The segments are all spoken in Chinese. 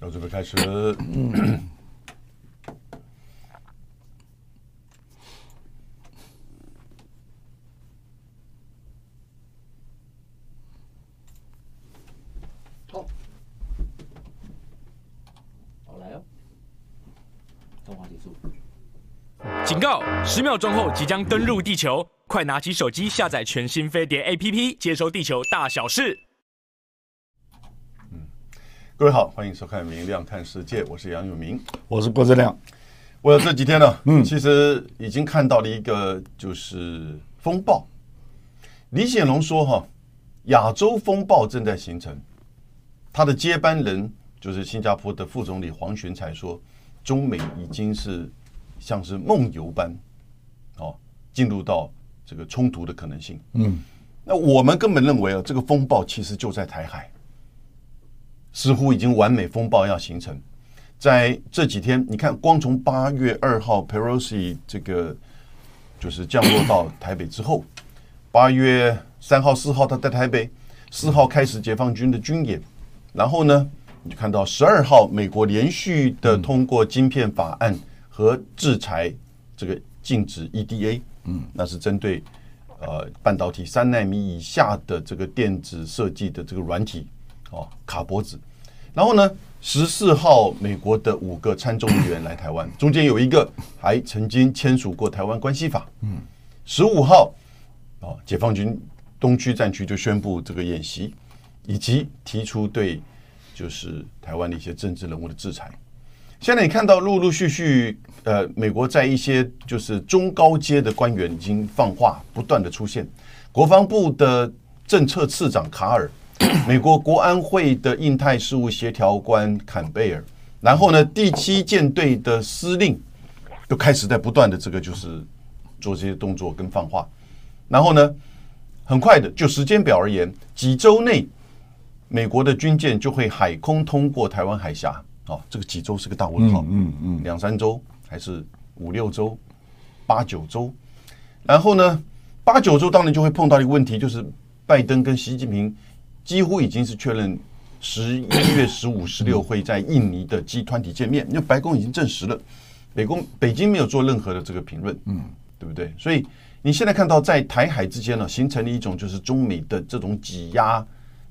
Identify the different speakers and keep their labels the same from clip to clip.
Speaker 1: 我准备开始。
Speaker 2: 好，好来哦，动画结束。
Speaker 3: 警告！十秒钟后即将登陆地球，快拿起手机下载全新飞碟 APP，接收地球大小事。
Speaker 1: 各位好，欢迎收看《明亮看世界》，我是杨永明。
Speaker 4: 我是郭志亮。
Speaker 1: 我这几天呢，嗯，其实已经看到了一个就是风暴。李显龙说哈，亚洲风暴正在形成。他的接班人就是新加坡的副总理黄循才说，中美已经是像是梦游般，哦，进入到这个冲突的可能性。嗯，那我们根本认为啊，这个风暴其实就在台海，似乎已经完美风暴要形成。在这几天，你看，光从八月二号 Pelosi 这个就是降落到台北之后，八月三号、四号他在台北，四号开始解放军的军演，然后呢，你就看到十二号美国连续的通过晶片法案和制裁这个禁止 EDA，嗯，那是针对呃半导体三纳米以下的这个电子设计的这个软体哦卡脖子，然后呢，十四号美国的五个参众议员来台湾，中间有一个还曾经签署过《台湾关系法》，嗯，十五号哦，解放军东区战区就宣布这个演习，以及提出对就是台湾的一些政治人物的制裁。现在你看到陆陆续续，呃，美国在一些就是中高阶的官员已经放话，不断的出现。国防部的政策次长卡尔，美国国安会的印太事务协调官坎贝尔，然后呢，第七舰队的司令就开始在不断的这个就是做这些动作跟放话。然后呢，很快的，就时间表而言，几周内美国的军舰就会海空通过台湾海峡。哦，这个几周是个大问号，嗯嗯，两三周还是五六周、八九周？然后呢，八九周当然就会碰到一个问题，就是拜登跟习近平几乎已经是确认十一月十五、十六会在印尼的集团体见面，因为白宫已经证实了，北宫北京没有做任何的这个评论，嗯，对不对？所以你现在看到在台海之间呢，形成了一种就是中美的这种挤压，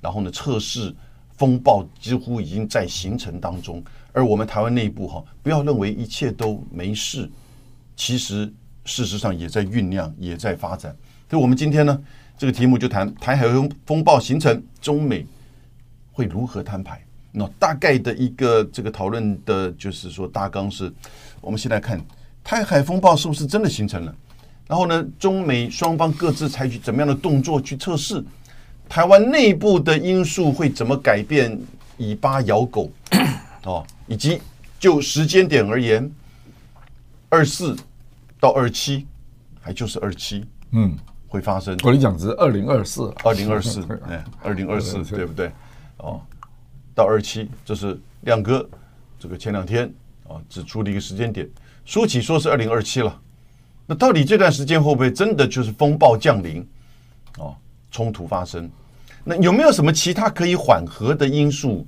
Speaker 1: 然后呢测试风暴几乎已经在形成当中，而我们台湾内部哈、不要认为一切都没事，其实事实上也在酝酿，也在发展。所以，我们今天呢，这个题目就谈台海风暴形成，中美会如何摊牌？那大概的一个这个讨论的，就是说大纲是，我们先来看台海风暴是不是真的形成了？然后呢，中美双方各自采取怎么样的动作去测试？台湾内部的因素会怎么改变以巴咬狗？哦，以及就时间点而言，二四到二七，还就是二七，嗯，会发生。
Speaker 4: 我跟你讲，只是二零二四，啊
Speaker 1: 二零二 四，哎，二零二四，对不对？哦，到二七，这是亮哥这个前两天啊指出的一个时间点。说起说是二零二七了，那到底这段时间会不会真的就是风暴降临？哦，冲突发生，那有没有什么其他可以缓和的因素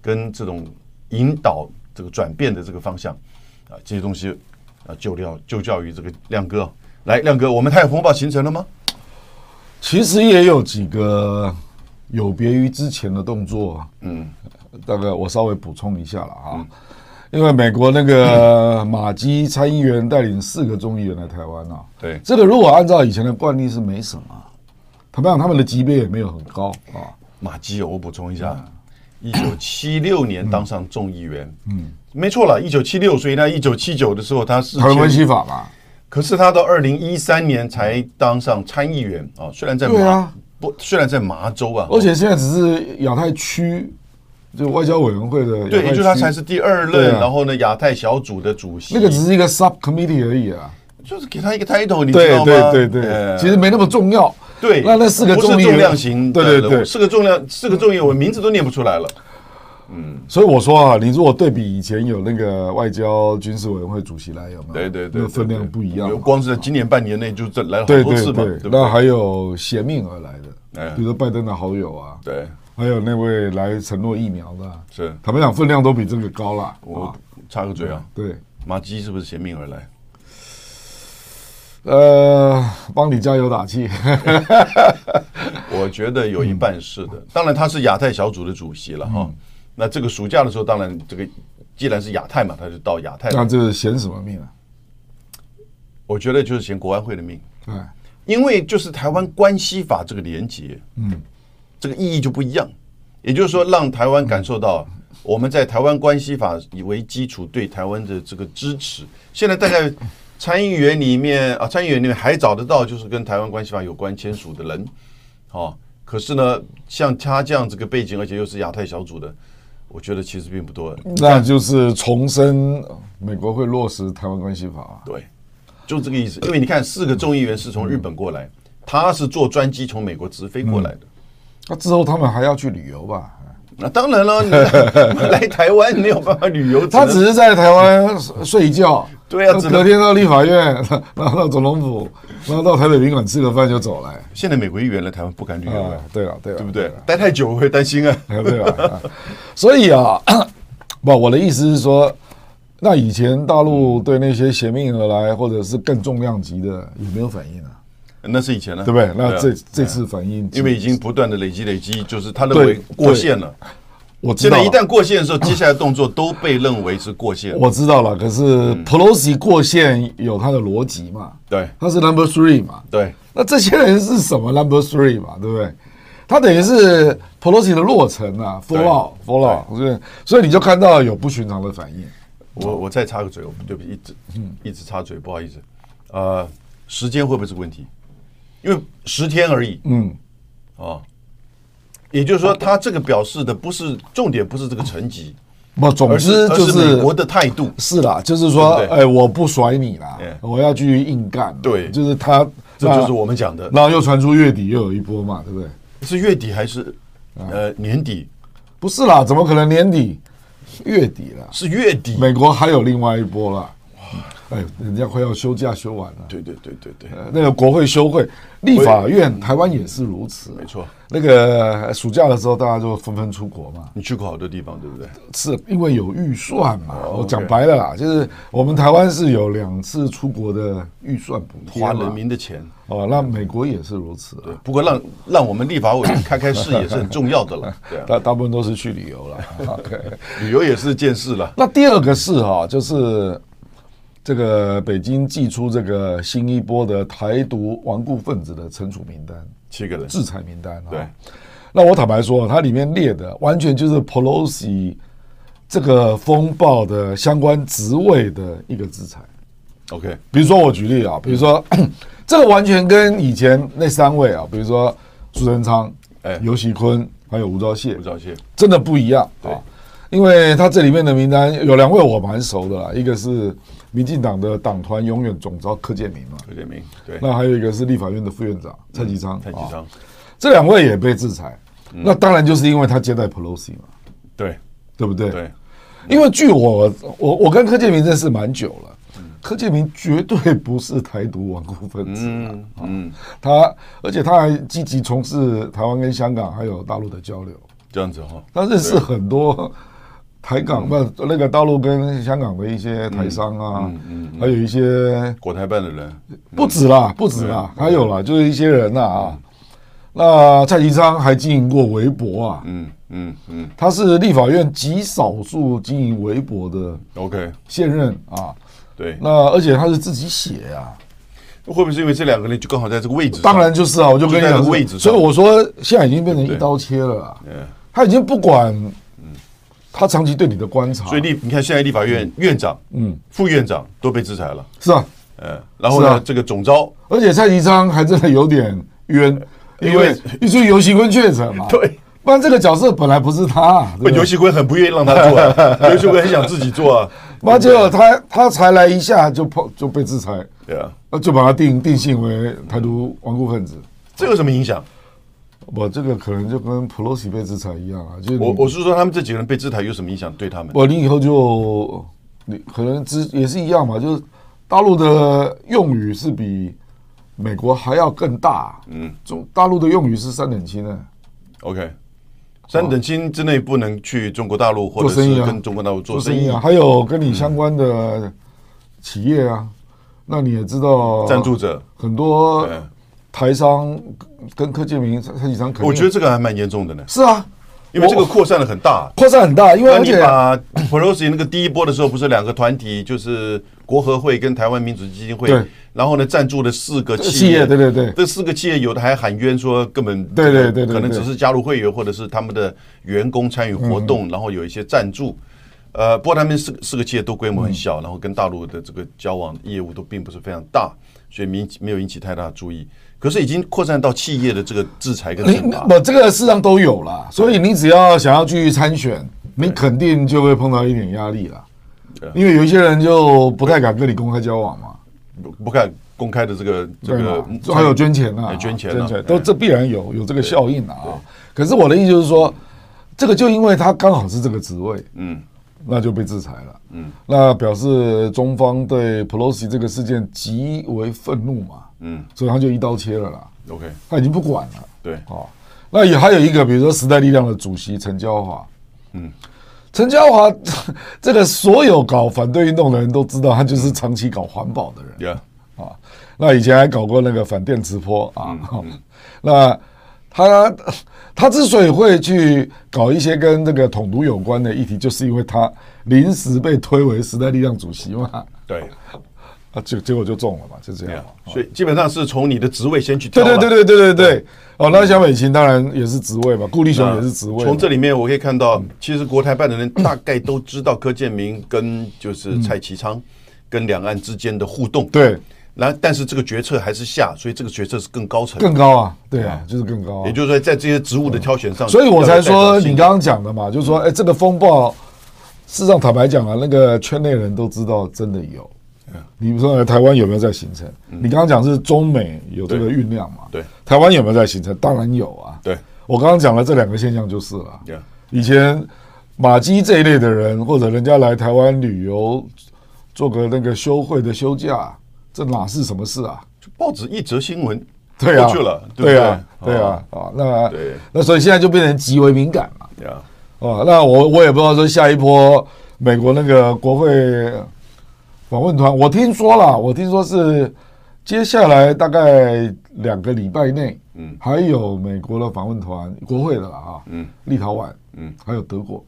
Speaker 1: 跟这种引导这个转变的这个方向啊？这些东西啊，就料就教于这个亮哥。来，亮哥，我们太阳风暴形成了吗？
Speaker 4: 其实也有几个有别于之前的动作。嗯，大概我稍微补充一下了
Speaker 1: 嗯
Speaker 4: 啊，因为美国那 个马基参议员带领四个众议员来台湾啊，
Speaker 1: 对
Speaker 4: 这个如果按照以前的惯例是没什么，坦白讲他们的级别也没有很高啊。
Speaker 1: 马基，我补充一下，
Speaker 4: 嗯
Speaker 1: 一九七六年当上众议员，嗯，没错了，一九七六，所以呢，一九七九的时候他是
Speaker 4: 台湾关系法嘛，
Speaker 1: 可是他到二零一三年才当上参议员啊，虽然在
Speaker 4: 对
Speaker 1: 麻、
Speaker 4: 啊
Speaker 1: 不，虽然在麻州啊，
Speaker 4: 而且现在只是亚太区就外交委员会的亚太
Speaker 1: 对，也就是他
Speaker 4: 区
Speaker 1: 才是第二
Speaker 4: 对
Speaker 1: 任，
Speaker 4: 啊
Speaker 1: 然后呢，亚太小组的主席，
Speaker 4: 那个只是一个 sub committee 而已啊。
Speaker 1: 就是给他一个 title，你知
Speaker 4: 对
Speaker 1: 道吗？
Speaker 4: 对对对，
Speaker 1: 呃
Speaker 4: 其实没那么重要。
Speaker 1: 对，
Speaker 4: 那那四个
Speaker 1: 不
Speaker 4: 众
Speaker 1: 是
Speaker 4: 议员
Speaker 1: 重量型的人
Speaker 4: 对
Speaker 1: 物，
Speaker 4: 对对
Speaker 1: 四个重量，四个众议员，我名字都念不出来了，
Speaker 4: 所以我说啊，你如果对比以前有那个外交军事委员会主席来，有没有？
Speaker 1: 对对对
Speaker 4: 那
Speaker 1: 对，
Speaker 4: 个分量
Speaker 1: 对
Speaker 4: 不一样嘛。
Speaker 1: 光是在今年半年内就这来了好
Speaker 4: 对
Speaker 1: 多
Speaker 4: 对
Speaker 1: 次嘛，
Speaker 4: 对
Speaker 1: 对不
Speaker 4: 那
Speaker 1: 对？
Speaker 4: 还有携命而来的
Speaker 1: 哎，
Speaker 4: 比如说拜登的好友啊，
Speaker 1: 对，
Speaker 4: 还有那位来承诺疫苗的，
Speaker 1: 是
Speaker 4: 坦白讲分量都比这个高啦。
Speaker 1: 我
Speaker 4: 啊，
Speaker 1: 插个嘴啊，
Speaker 4: 对，
Speaker 1: 马基是不是携命而来？
Speaker 4: 呃，帮你加油打气。
Speaker 1: 我觉得有一半是的。当然，他是亚太小组的主席了哈。那这个暑假的时候，当然这个既然是亚太嘛，他就到亚太。
Speaker 4: 那这个嫌什么命啊？
Speaker 1: 我觉得就是嫌国安会的命，
Speaker 4: 对，
Speaker 1: 因为就是台湾关系法这个连结，嗯，这个意义就不一样。也就是说，让台湾感受到我们在台湾关系法以为基础对台湾的这个支持。现在大概参议员里面 啊，参议员里面还找得到就是跟台湾关系法有关签署的人，哦。可是呢，像他这样子个背景，而且又是亚太小组的，我觉得其实并不多。
Speaker 4: 那就是重申美国会落实台湾关系法啊。
Speaker 1: 对，就这个意思。因为你看，四个众议员是从日本过来，他是坐专机从美国直飞过来的。
Speaker 4: 嗯那之后他们还要去旅游吧？
Speaker 1: 那当然了，你 来台湾没有办法旅游，
Speaker 4: 他
Speaker 1: 能
Speaker 4: 只是在台湾睡一觉，
Speaker 1: 对啊
Speaker 4: 那
Speaker 1: 只能
Speaker 4: 隔天到立法院，然后到总统府，然后到台北宾馆吃个饭就走了。
Speaker 1: 现在美国议员来台湾不敢旅游
Speaker 4: 啊
Speaker 1: 了，，
Speaker 4: 对了，对了，
Speaker 1: 对不对？待太久会担心啊。
Speaker 4: 对了？对了，啊所以啊， 不，我的意思是说，那以前大陆对那些邪命而来，或者是更重量级的，有没有反应啊？
Speaker 1: 那是以前呢，
Speaker 4: 对不对？那
Speaker 1: 啊
Speaker 4: 这这次反应，
Speaker 1: 因为已经不断的累积累积，就是他认
Speaker 4: 对
Speaker 1: 为过线了。
Speaker 4: 我知
Speaker 1: 现
Speaker 4: 道
Speaker 1: 在一
Speaker 4: 了。
Speaker 1: 旦过线的时候，接下来动作都被认为是过线。
Speaker 4: 我知道了，可是 Pelosi 过线有他的逻辑嘛，
Speaker 1: 嗯对
Speaker 4: 他是 Number Three 嘛，
Speaker 1: 对，
Speaker 4: 那这些人是什么 number three 嘛，对不对？他等于是 Pelosi 的落成啊，fallout fallout，所以所以你就看到有不寻常的反应。
Speaker 1: 我我再插个嘴，我对不起，一直嗯一直插嘴，不好意思。呃，时间会不会是个问题？因为十天而已。嗯，啊，也就是说，他这个表示的不是重点，不是这个成绩，
Speaker 4: 不，总
Speaker 1: 而
Speaker 4: 之
Speaker 1: 是而
Speaker 4: 就是
Speaker 1: 美国的态度。
Speaker 4: 是啦，就是说，
Speaker 1: 对不对
Speaker 4: 哎，我不甩你啦
Speaker 1: 哎，
Speaker 4: 我要去硬干。
Speaker 1: 对
Speaker 4: 就是他，
Speaker 1: 这
Speaker 4: 那
Speaker 1: 就是我们讲的，
Speaker 4: 然后又传出月底又有一波嘛，对不对？
Speaker 1: 是月底还是
Speaker 4: 啊
Speaker 1: 呃年底？
Speaker 4: 不是啦，怎么可能年底月底啦？
Speaker 1: 是月底。
Speaker 4: 美国还有另外一波啦。哎，人家快要休假休完了。
Speaker 1: 对对对对对，
Speaker 4: 呃那个国会休会，立法院台湾也是如此。啊
Speaker 1: 没错。
Speaker 4: 那个呃暑假的时候，大家就纷纷出国嘛，
Speaker 1: 你去过好多地方，对不对？
Speaker 4: 是因为有预算嘛。我
Speaker 1: 哦 OK
Speaker 4: 讲白了啦，就是我们台湾是有两次出国的预算补贴
Speaker 1: 花
Speaker 4: 嘛
Speaker 1: 人民的钱。
Speaker 4: 哦，那美国也是如此啊。
Speaker 1: 对，不过让让我们立法委员开开视野是很重要的 了。对啊，
Speaker 4: 大大部分都是去旅游 了。OK
Speaker 1: 旅游也是件事了。
Speaker 4: 那第二个是哈、就是这个北京寄出这个新一波的台独顽固分子的惩处名单。
Speaker 1: 七个人，
Speaker 4: 制裁名单、啊。
Speaker 1: 对，
Speaker 4: 那我坦白说，它里面列的完全就是 Pelosi 这个风暴的相关职位的一个制裁。
Speaker 1: OK，
Speaker 4: 比如说我举例啊，比如说 这个完全跟以前那三位啊，比如说苏贞昌、
Speaker 1: 哎
Speaker 4: 尤喜坤还有吴钊燮
Speaker 1: 吴，钊燮，
Speaker 4: 真的不一样啊。因为他这里面的名单有两位我蛮熟的啦，一个是民进党的党团永远总召柯建明嘛，
Speaker 1: 柯建明，对，
Speaker 4: 那还有一个是立法院的副院长蔡其昌，
Speaker 1: 蔡其
Speaker 4: 啊
Speaker 1: 昌，
Speaker 4: 这两位也被制裁，
Speaker 1: 嗯
Speaker 4: 那当然就是因为他接待 Pelosi 嘛，
Speaker 1: 对
Speaker 4: 对不对？
Speaker 1: 对，
Speaker 4: 因为据我我我跟柯建明认识蛮久了，
Speaker 1: 嗯
Speaker 4: 柯建明绝对不是台独顽固分子啊，
Speaker 1: 嗯嗯，
Speaker 4: 他而且他还积极从事台湾跟香港还有大陆的交流，
Speaker 1: 这样子哈，
Speaker 4: 他认识很多台港不、
Speaker 1: 嗯
Speaker 4: 那个大陆跟香港的一些台商啊，
Speaker 1: 嗯
Speaker 4: 还有一些
Speaker 1: 国台办的人，
Speaker 4: 不止
Speaker 1: 嗯
Speaker 4: 啦，不止啦，还有啦，就是一些人呐啊。那蔡其昌还经营过微博啊，
Speaker 1: 嗯嗯嗯
Speaker 4: 他是立法院极少数经营微博的
Speaker 1: ，OK，
Speaker 4: 现任啊。
Speaker 1: 对，
Speaker 4: 那而且他是自己写啊，
Speaker 1: 会不会是因为这两个人就刚好在这个位置上？
Speaker 4: 当然就是啊，我就跟你
Speaker 1: 就在那
Speaker 4: 讲
Speaker 1: 个
Speaker 4: 是
Speaker 1: 位置上
Speaker 4: 所以我说现在已经变成
Speaker 1: 对
Speaker 4: 一刀切了啊，
Speaker 1: 嗯，
Speaker 4: 他已经不管他长期对你的观察，
Speaker 1: 所以立，你看现在立法院院长、嗯，副院长都被制裁了，
Speaker 4: 是啊，
Speaker 1: 嗯，然后呢，
Speaker 4: 是啊
Speaker 1: 这个总 招，
Speaker 4: 而且蔡其昌还真的有点冤，因
Speaker 1: 因为
Speaker 4: 为一出游戏坤确诊嘛，
Speaker 1: 对，哦
Speaker 4: 不然这个角色本来不是他啊，对不对
Speaker 1: 尤其坤很不愿意让他做 啊，尤其坤很想自己做啊，
Speaker 4: 妈，结果他他才来一下就碰就被制裁，
Speaker 1: 对 啊，
Speaker 4: 呃，就把他定定性为台独顽固分子。
Speaker 1: 这有什么影响？
Speaker 4: 我这个可能就跟 Pelosi 被制裁一样啊，就是
Speaker 1: 我
Speaker 4: 你
Speaker 1: 我是说他们这几个人被制裁有什么影响对他们？
Speaker 4: 我你以后就你可能之也是一样嘛，就是大陆的用语是比美国还要更大，嗯，中大陆的用语是三点七呢，
Speaker 1: OK，三等亲之内不能去中国大陆或者
Speaker 4: 做生意
Speaker 1: 是
Speaker 4: 啊
Speaker 1: 跟中国大陆做
Speaker 4: 做
Speaker 1: 生
Speaker 4: 生
Speaker 1: 意
Speaker 4: 意啊，还有跟你相关的企业啊，那你也知道
Speaker 1: 赞助者，
Speaker 4: 很多
Speaker 1: 嗯
Speaker 4: 台商跟柯建明、蔡启昌肯定，
Speaker 1: 我觉得这个还蛮严重的呢，
Speaker 4: 是啊，
Speaker 1: 因为这个
Speaker 4: 我
Speaker 1: 扩散的很大。
Speaker 4: 扩散很大，因为
Speaker 1: 那
Speaker 4: 而
Speaker 1: 你
Speaker 4: 且
Speaker 1: 把 Pelosi 那个第一波的时候，不是两个团体，就是国合会跟台湾民主基金会
Speaker 4: 对，呃
Speaker 1: 然后呢赞助了四个企
Speaker 4: 企业对对对
Speaker 1: 这四个企业有的还喊冤说根本
Speaker 4: 对
Speaker 1: 这个
Speaker 4: 对对对
Speaker 1: 可能
Speaker 4: 对
Speaker 1: 只是加入会员或者是他们的员工参与活动，
Speaker 4: 嗯
Speaker 1: 然后有一些赞助。呃，不过他们四个四个企业都规
Speaker 4: 嗯
Speaker 1: 模很小，然后跟大陆的这个交往业务都并不是非常大，所以没没有引起太大的注意。可是已经扩散到企业的这个制裁跟
Speaker 4: 你
Speaker 1: 惩罚。
Speaker 4: 我这个事实上都有啦，所以你只要想要去参选，你肯定就会碰到一点压力啦，
Speaker 1: 啊
Speaker 4: 因为有一些人就不太敢跟你公开交往嘛，
Speaker 1: 不不看公开的这个嗯这
Speaker 4: 对
Speaker 1: 个
Speaker 4: 嘛，还有捐钱啊
Speaker 1: 哎，捐钱啊
Speaker 4: 捐钱都
Speaker 1: 哎
Speaker 4: 这必然有有这个效应啊。可是我的意思就是说，这个就因为他刚好是这个职位，
Speaker 1: 嗯
Speaker 4: 那就被制裁了，嗯，那表示中方对 Pelosi 这个事件极为愤怒嘛，
Speaker 1: 嗯
Speaker 4: 所以他就一刀切了啦，
Speaker 1: ，OK，
Speaker 4: 他已经不管了。
Speaker 1: 对，
Speaker 4: 哦，那也还有一个，比如说时代力量的主席陈椒华，嗯，陈椒华 这个所有搞反对运动的人都知道，他就是长期搞环保的人
Speaker 1: 呀，
Speaker 4: 啊。那以前还搞过那个反电磁波啊，
Speaker 1: 嗯
Speaker 4: 那他他之所以会去搞一些跟这个统独有关的议题，就是因为他临时被推为时代力量主席嘛，
Speaker 1: 对，
Speaker 4: 啊，结结果就中了嘛，就这样
Speaker 1: 呀
Speaker 4: 嘛。，
Speaker 1: 所以基本上是从你的职位先去挑
Speaker 4: 对
Speaker 1: 了。
Speaker 4: 对对对对对对，哦，那萧美琴当然也是职位嘛，顾立雄也是职位嘛，
Speaker 1: 啊从这里面我可以看到，其实国台办的人大概都知道柯建明跟就是蔡其昌跟两岸之间的互动。，
Speaker 4: 嗯对
Speaker 1: 然后但是这个决策还是下，所以这个决策是更高层的，
Speaker 4: 更高啊，对啊，就是更高、啊
Speaker 1: 也，就是说在这些职务的挑选上，
Speaker 4: 嗯所以我才
Speaker 1: 要
Speaker 4: 说
Speaker 1: 有代表性
Speaker 4: 你刚刚讲的嘛，就是说，哎，这个风暴，事实上坦白讲啊，那个圈内人都知道真的有。
Speaker 1: 嗯
Speaker 4: 你比如说台湾有没有在形成？你刚刚讲是中美有这个
Speaker 1: 对
Speaker 4: 酝酿嘛？
Speaker 1: 嗯对，
Speaker 4: 台湾有没有在形成？当然有啊。
Speaker 1: 对，
Speaker 4: 我刚刚讲了这两个现象就是了。
Speaker 1: Yeah
Speaker 4: 以前马基这一类的人，或者人家来台湾旅游，做个那个休会的休假，这哪是什么事啊？
Speaker 1: 报纸一则新闻
Speaker 4: 对啊，
Speaker 1: 过去了，不哦
Speaker 4: 对啊，对啊，啊，那
Speaker 1: 对
Speaker 4: 那所以现在就变成极为敏感嘛，
Speaker 1: 呀，
Speaker 4: 啊，那我我也不知道说下一波美国那个国会访问团，我听说了，我听说是接下来大概两个礼拜内，嗯，还有美国的访问团，国会的了啊，嗯，立陶宛，嗯，还有德国，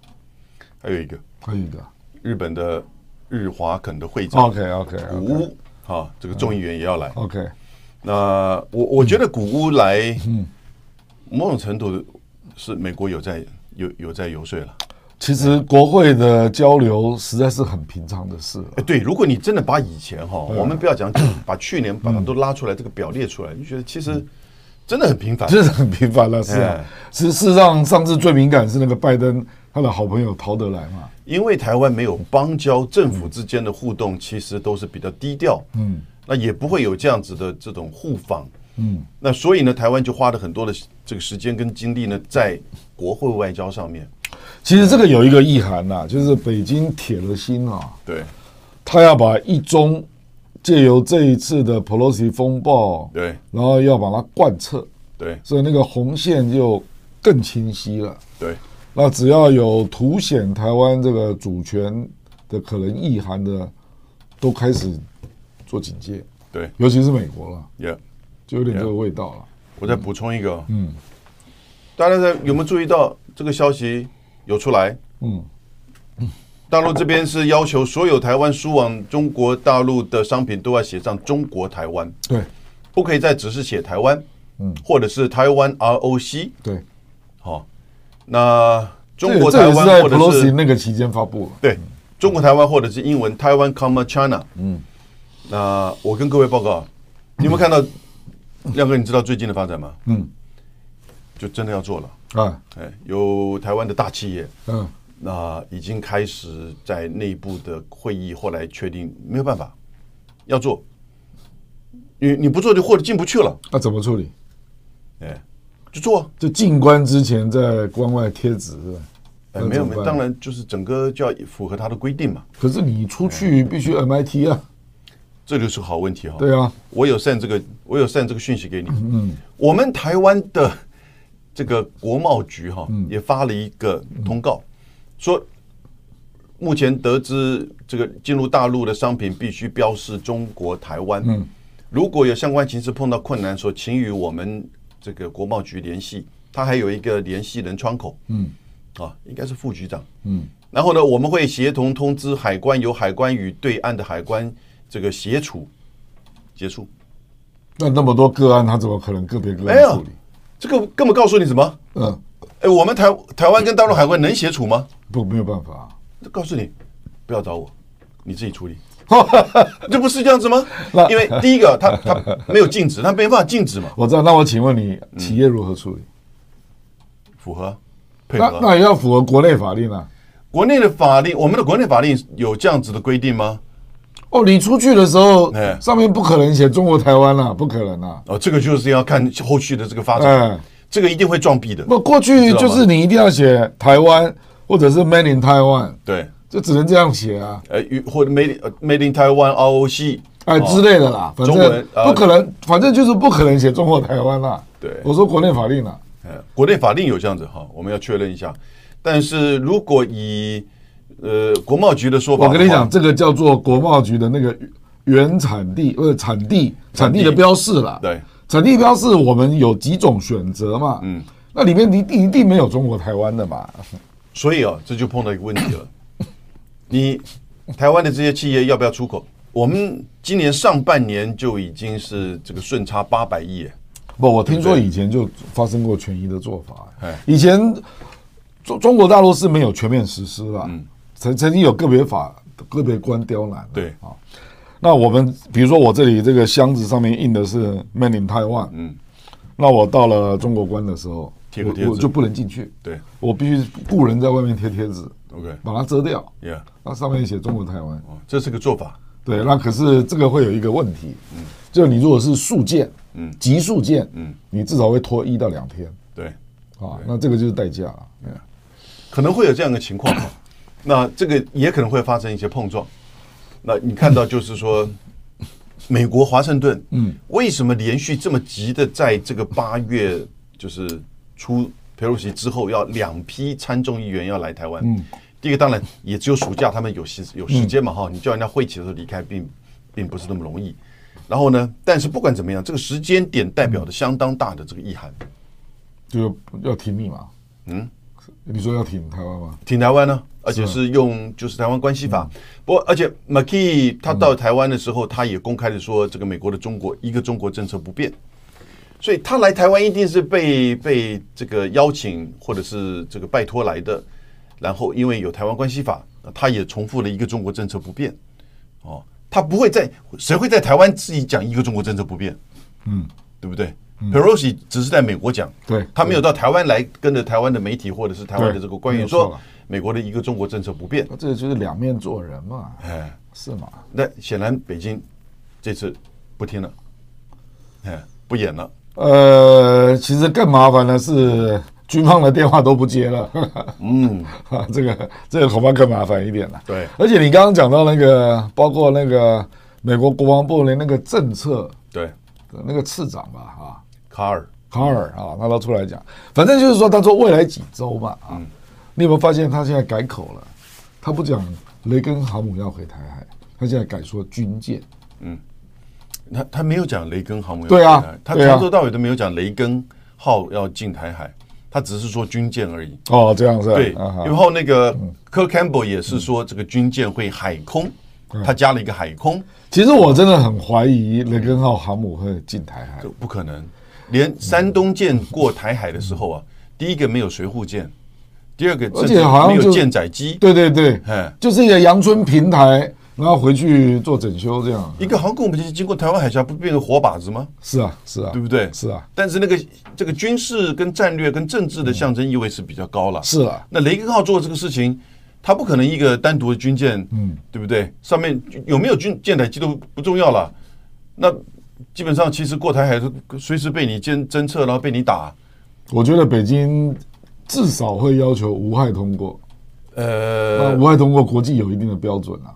Speaker 1: 还有一个
Speaker 4: 还有一个
Speaker 1: 日本的日华肯的会长
Speaker 4: ，OK OK
Speaker 1: 古屋啊，这个众议员也要来。
Speaker 4: OK，
Speaker 1: 那我我觉得古屋来，某种程度是美国有在有有在游说了。
Speaker 4: 其实国会的交流实在是很平常的事了。
Speaker 1: 哎，对，如果你真的把以前哈，我们不要讲，把去年把它都拉出来，这个表列出来，你觉得其实真的很频繁。
Speaker 4: 这是很频繁了，是啊
Speaker 1: 哎。
Speaker 4: 事事实上，上次最敏感是那个拜登他的好朋友陶德莱嘛，
Speaker 1: 因为台湾没有邦交，政府之间的互动其实都是比较低调，嗯，那也不会有这样子的这种互访，嗯，那所以呢，台湾就花了很多的这个时间跟精力呢，在国会外交上面，
Speaker 4: 其实这个有一个意涵呐、就是北京铁了心啊，
Speaker 1: 对
Speaker 4: 他要把一中借由这一次的 Pelosi 风暴，
Speaker 1: 对
Speaker 4: 然后要把它贯彻，
Speaker 1: 对
Speaker 4: 所以那个红线就更清晰了。
Speaker 1: 对，
Speaker 4: 那只要有凸显台湾这个主权的可能意涵的，都开始做警戒，
Speaker 1: 对，
Speaker 4: 尤其是美国了，
Speaker 1: 也
Speaker 4: 就有点这个味道了。
Speaker 1: 我再补充一个，嗯，大家在有没有注意到这个消息有出来？
Speaker 4: 嗯，
Speaker 1: 大陆这边是要求所有台湾输往中国大陆的商品都要写上中国台湾，
Speaker 4: 对
Speaker 1: 不可以再只是写台湾，嗯，或者是台湾 ROC，
Speaker 4: 对。
Speaker 1: 好、那中国
Speaker 4: 这
Speaker 1: 台
Speaker 4: 也是在
Speaker 1: 湾或者
Speaker 4: Pelosi
Speaker 1: 是
Speaker 4: 那个期间发布了。
Speaker 1: 对中国台湾或者是英文台湾 comma China，嗯，那我跟各位报告，啊你有没有看到亮哥？你知道最近的发展吗？
Speaker 4: 嗯，
Speaker 1: 就真的要做了。
Speaker 4: 啊，
Speaker 1: 哎，有台湾的大企业，
Speaker 4: 嗯，
Speaker 1: 那已经开始在内部的会议，后来确定没有办法要做，你你不做就货进不去了，
Speaker 4: 那怎么处理？
Speaker 1: 哎，就做啊、
Speaker 4: 就进关之前在关外贴纸是吧？
Speaker 1: 哎，
Speaker 4: 那
Speaker 1: 没有
Speaker 4: 怎么
Speaker 1: 没有，
Speaker 4: 办
Speaker 1: 当然就是整个就要符合它的规定嘛，
Speaker 4: 可是你出
Speaker 1: 哎
Speaker 4: 去必须 MIT 啊，
Speaker 1: 这就是好问题哈、
Speaker 4: 对啊，
Speaker 1: 嗯我有 send 这个，我有 send 这个讯息给你。嗯，我们台湾的这个国贸局哈、也发了一个通告，说目前得知这个进入大陆的商品必须标示中国台湾。如果有相关情势碰到困难，说请与我们这个国贸局联系，它还有一个联系人窗口。嗯，啊，应该是副局长。嗯，然后呢，我们会协同通知海关，由海关与对岸的海关这个协处结束。
Speaker 4: 那那么多个案，他怎么可能个别个
Speaker 1: 没
Speaker 4: 案处
Speaker 1: 有
Speaker 4: 理？，
Speaker 1: 这个根本告诉你什么？
Speaker 4: 嗯，
Speaker 1: 哎，我们台台湾跟大陆海关能协处吗？
Speaker 4: 不，没有办法啊。
Speaker 1: 告诉你，不要找我，你自己 处理。这不是这样子吗？因为第一个，他他没有禁止，他没办法禁止嘛，
Speaker 4: 我知道，那我请问你，企业如何处理？
Speaker 1: 嗯符合配
Speaker 4: 那
Speaker 1: 合。
Speaker 4: 那也要符合国内法令啊。
Speaker 1: 国内的法令，我们的国内法令有这样子的规定吗？
Speaker 4: 哦，你出去的时候
Speaker 1: 哎，
Speaker 4: 上面不可能写中国台湾啦，不可能啊。
Speaker 1: 哦，这个就是要看后续的这个发展
Speaker 4: 哎，
Speaker 1: 这个一定会撞壁的。
Speaker 4: 不，过去
Speaker 1: 啊知道吗
Speaker 4: 就是你一定要写台湾，或者是 Made in Taiwan，
Speaker 1: 对，
Speaker 4: 就只能这样写啊，
Speaker 1: 呃，与或者 made 呃 made in Taiwan ROC，
Speaker 4: 哎
Speaker 1: 哦
Speaker 4: 之类的啦。反
Speaker 1: 中文
Speaker 4: 正
Speaker 1: 呃
Speaker 4: 不可能，反正就是不可能写中国台湾啦。
Speaker 1: 对
Speaker 4: 我说国内法令啦。啊
Speaker 1: 呃，国内法令有这样子哈，我们要确认一下。但是如果以呃国贸局的说法，
Speaker 4: 我跟你讲，，这个叫做国贸局的那个原产地，呃，产地产地的标示啦。
Speaker 1: 对，
Speaker 4: 产地标示我们有几种选择嘛？嗯，那里面一定一定没有中国台湾的嘛？
Speaker 1: 所以啊，这就碰到一个问题 了。你台湾的这些企业要不要出口？我们今年上半年就已经是这个顺差八百亿耶，
Speaker 4: 不，我听
Speaker 1: 对
Speaker 4: 说
Speaker 1: 不对
Speaker 4: 以前就发生过权益的做法
Speaker 1: 哎。
Speaker 4: 以前中中国大陆是没有全面实施啦，
Speaker 1: 嗯
Speaker 4: 曾曾经有个别法、个别官刁难啊。
Speaker 1: 对
Speaker 4: 啊，那我们比如说我这里这个箱子上面印的是 “Made in Taiwan”，嗯，那我到了中国关的时候，
Speaker 1: 贴个贴
Speaker 4: 我我
Speaker 1: 纸
Speaker 4: 就不能进去，
Speaker 1: 对
Speaker 4: 我必须雇人在外面贴贴纸，
Speaker 1: ，OK，
Speaker 4: 把它遮掉，
Speaker 1: yeah，
Speaker 4: 那上面写中国台湾。
Speaker 1: 哦这是个做法，
Speaker 4: 对，那可是这个会有一个问题，
Speaker 1: 嗯
Speaker 4: 就你如果是数件，嗯，级数件，嗯，你至少会拖一到两天
Speaker 1: 对，
Speaker 4: 啊，那这个就是代价了。对
Speaker 1: 可能会有这样的情 况啊。那这个也可能会发生一些碰撞。那你看到就是说，美国华盛顿，嗯，为什么连续这么急的在这个八月就是出佩洛西之后，要两批参众议员要来台湾？嗯，第一个当然也只有暑假他们有时有时间嘛哈，你叫人家会期的时候离开并并不是那么容易。然后呢，但是不管怎么样，这个时间点代表着相当大的这个意涵。
Speaker 4: 就要停你嘛，嗯，你说要停台湾吗？
Speaker 1: 挺台湾呢、而且是用就是台湾关系
Speaker 4: 嗯
Speaker 1: 法。不过，而且 McKee 他到台湾的时候，他也公开的说，这个美国的中国一个中国政策不变，所以他来台湾一定是被被这个邀请或者是这个拜托来的。然后，因为有台湾关系法，他也重复了一个中国政策不变。哦，他不会在谁会在台湾自己讲一个中国政策不变？
Speaker 4: 嗯，
Speaker 1: 对不对？Pelosi 只是在美国讲，
Speaker 4: 对
Speaker 1: 他没有到台湾来跟着台湾的媒体或者是台湾的这个官员
Speaker 4: 对没有错
Speaker 1: 说
Speaker 4: 了
Speaker 1: 美国的一个中国政策不变。
Speaker 4: 那这个就是两面做人嘛，
Speaker 1: 哎，
Speaker 4: 是吗？
Speaker 1: 那显然北京这次不听了，哎，不演了。
Speaker 4: 呃，其实更麻烦的是，军方的电话都不接了。嗯， 这个这个恐怕更麻烦一点了。
Speaker 1: 对
Speaker 4: 而且你刚刚讲到那个，包括那个美国国防部的那个政策
Speaker 1: 对，
Speaker 4: 的那个次长吧，啊，
Speaker 1: 卡尔，
Speaker 4: 卡尔啊，他都出来讲，反正就是说，他说未来几周吧，啊，
Speaker 1: 嗯
Speaker 4: 你有没有发现他现在改口了？他不讲雷根航母要回台海，他现在改说军舰。
Speaker 1: 他他没有讲雷根航母要
Speaker 4: 对啊
Speaker 1: 进台他
Speaker 4: 对啊
Speaker 1: 从头到尾都没有讲雷根号要进台海，他只是说军舰而已。
Speaker 4: 哦，这样是吧
Speaker 1: 对，
Speaker 4: 啊哈
Speaker 1: 然后那个 Kirk Campbell 也是说这个军舰会海空，
Speaker 4: 嗯
Speaker 1: 他加了一个海空，
Speaker 4: 其实我真的很怀疑雷根号航母会进台海
Speaker 1: 这。不可能。连山东舰过台海的时候啊，第一个没有随护舰，第二个
Speaker 4: 嗯而
Speaker 1: 甚
Speaker 4: 且
Speaker 1: 至
Speaker 4: 好
Speaker 1: 没
Speaker 4: 像就
Speaker 1: 有舰载机，
Speaker 4: 对对对
Speaker 1: 哎，
Speaker 4: 就是一个阳春平台，然后回去做整修这样。
Speaker 1: 一个航空母舰经过台湾海峡，不变成活靶子吗？
Speaker 4: 是啊，是啊，
Speaker 1: 对不对？
Speaker 4: 是啊，
Speaker 1: 但是那个这个军事跟战略跟政治的象征意味是比较高了。
Speaker 4: 是啊，
Speaker 1: 那雷根号做这个事情，他不可能一个单独的军舰，嗯，对不对？上面有没有军舰载机都不重要了。那基本上其实过台海是随时被你监侦测，然后被你打。
Speaker 4: 我觉得北京至少会要求无害通过。
Speaker 1: 呃，
Speaker 4: 那无害通过国际有一定的标准啊。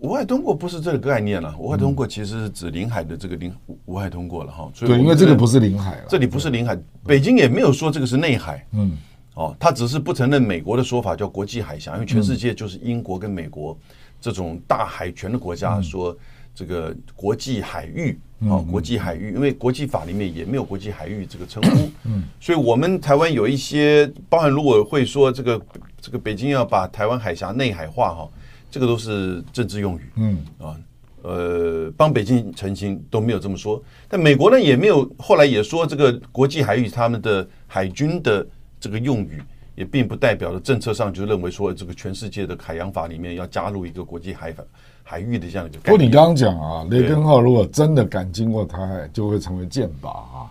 Speaker 1: 无害通过不是这个概念了，无害通过其实是指领海的这个领无无害通过了哈。所以
Speaker 4: 对，
Speaker 1: 我
Speaker 4: 因为
Speaker 1: 们
Speaker 4: 这个不是领海了，
Speaker 1: 这里不是领海，北京也没有说这个是内海，啊嗯，哦，他只是不承认美国的说法叫国际海峡，因为全世界就是英国跟美国这种大海权的国家说这个国际海域啊、哦，国际海域，因为国际法里面也没有国际海域这个称呼，嗯，所以我们台湾有一些，包含如果会说这个这个北京要把台湾海峡内海化哈、这个都是政治用语，嗯啊，呃，帮北京澄清都没有这么说，但美国呢也没有，后来也说这个国际海域他们的海军的这个用语，也并不代表了政策上就认为说这个全世界的海洋法里面要加入一个国际海法海域的这样一个概
Speaker 4: 不过你
Speaker 1: 念。
Speaker 4: 刚刚讲啊，雷根号如果真的敢经过台海，就会成为箭靶啊。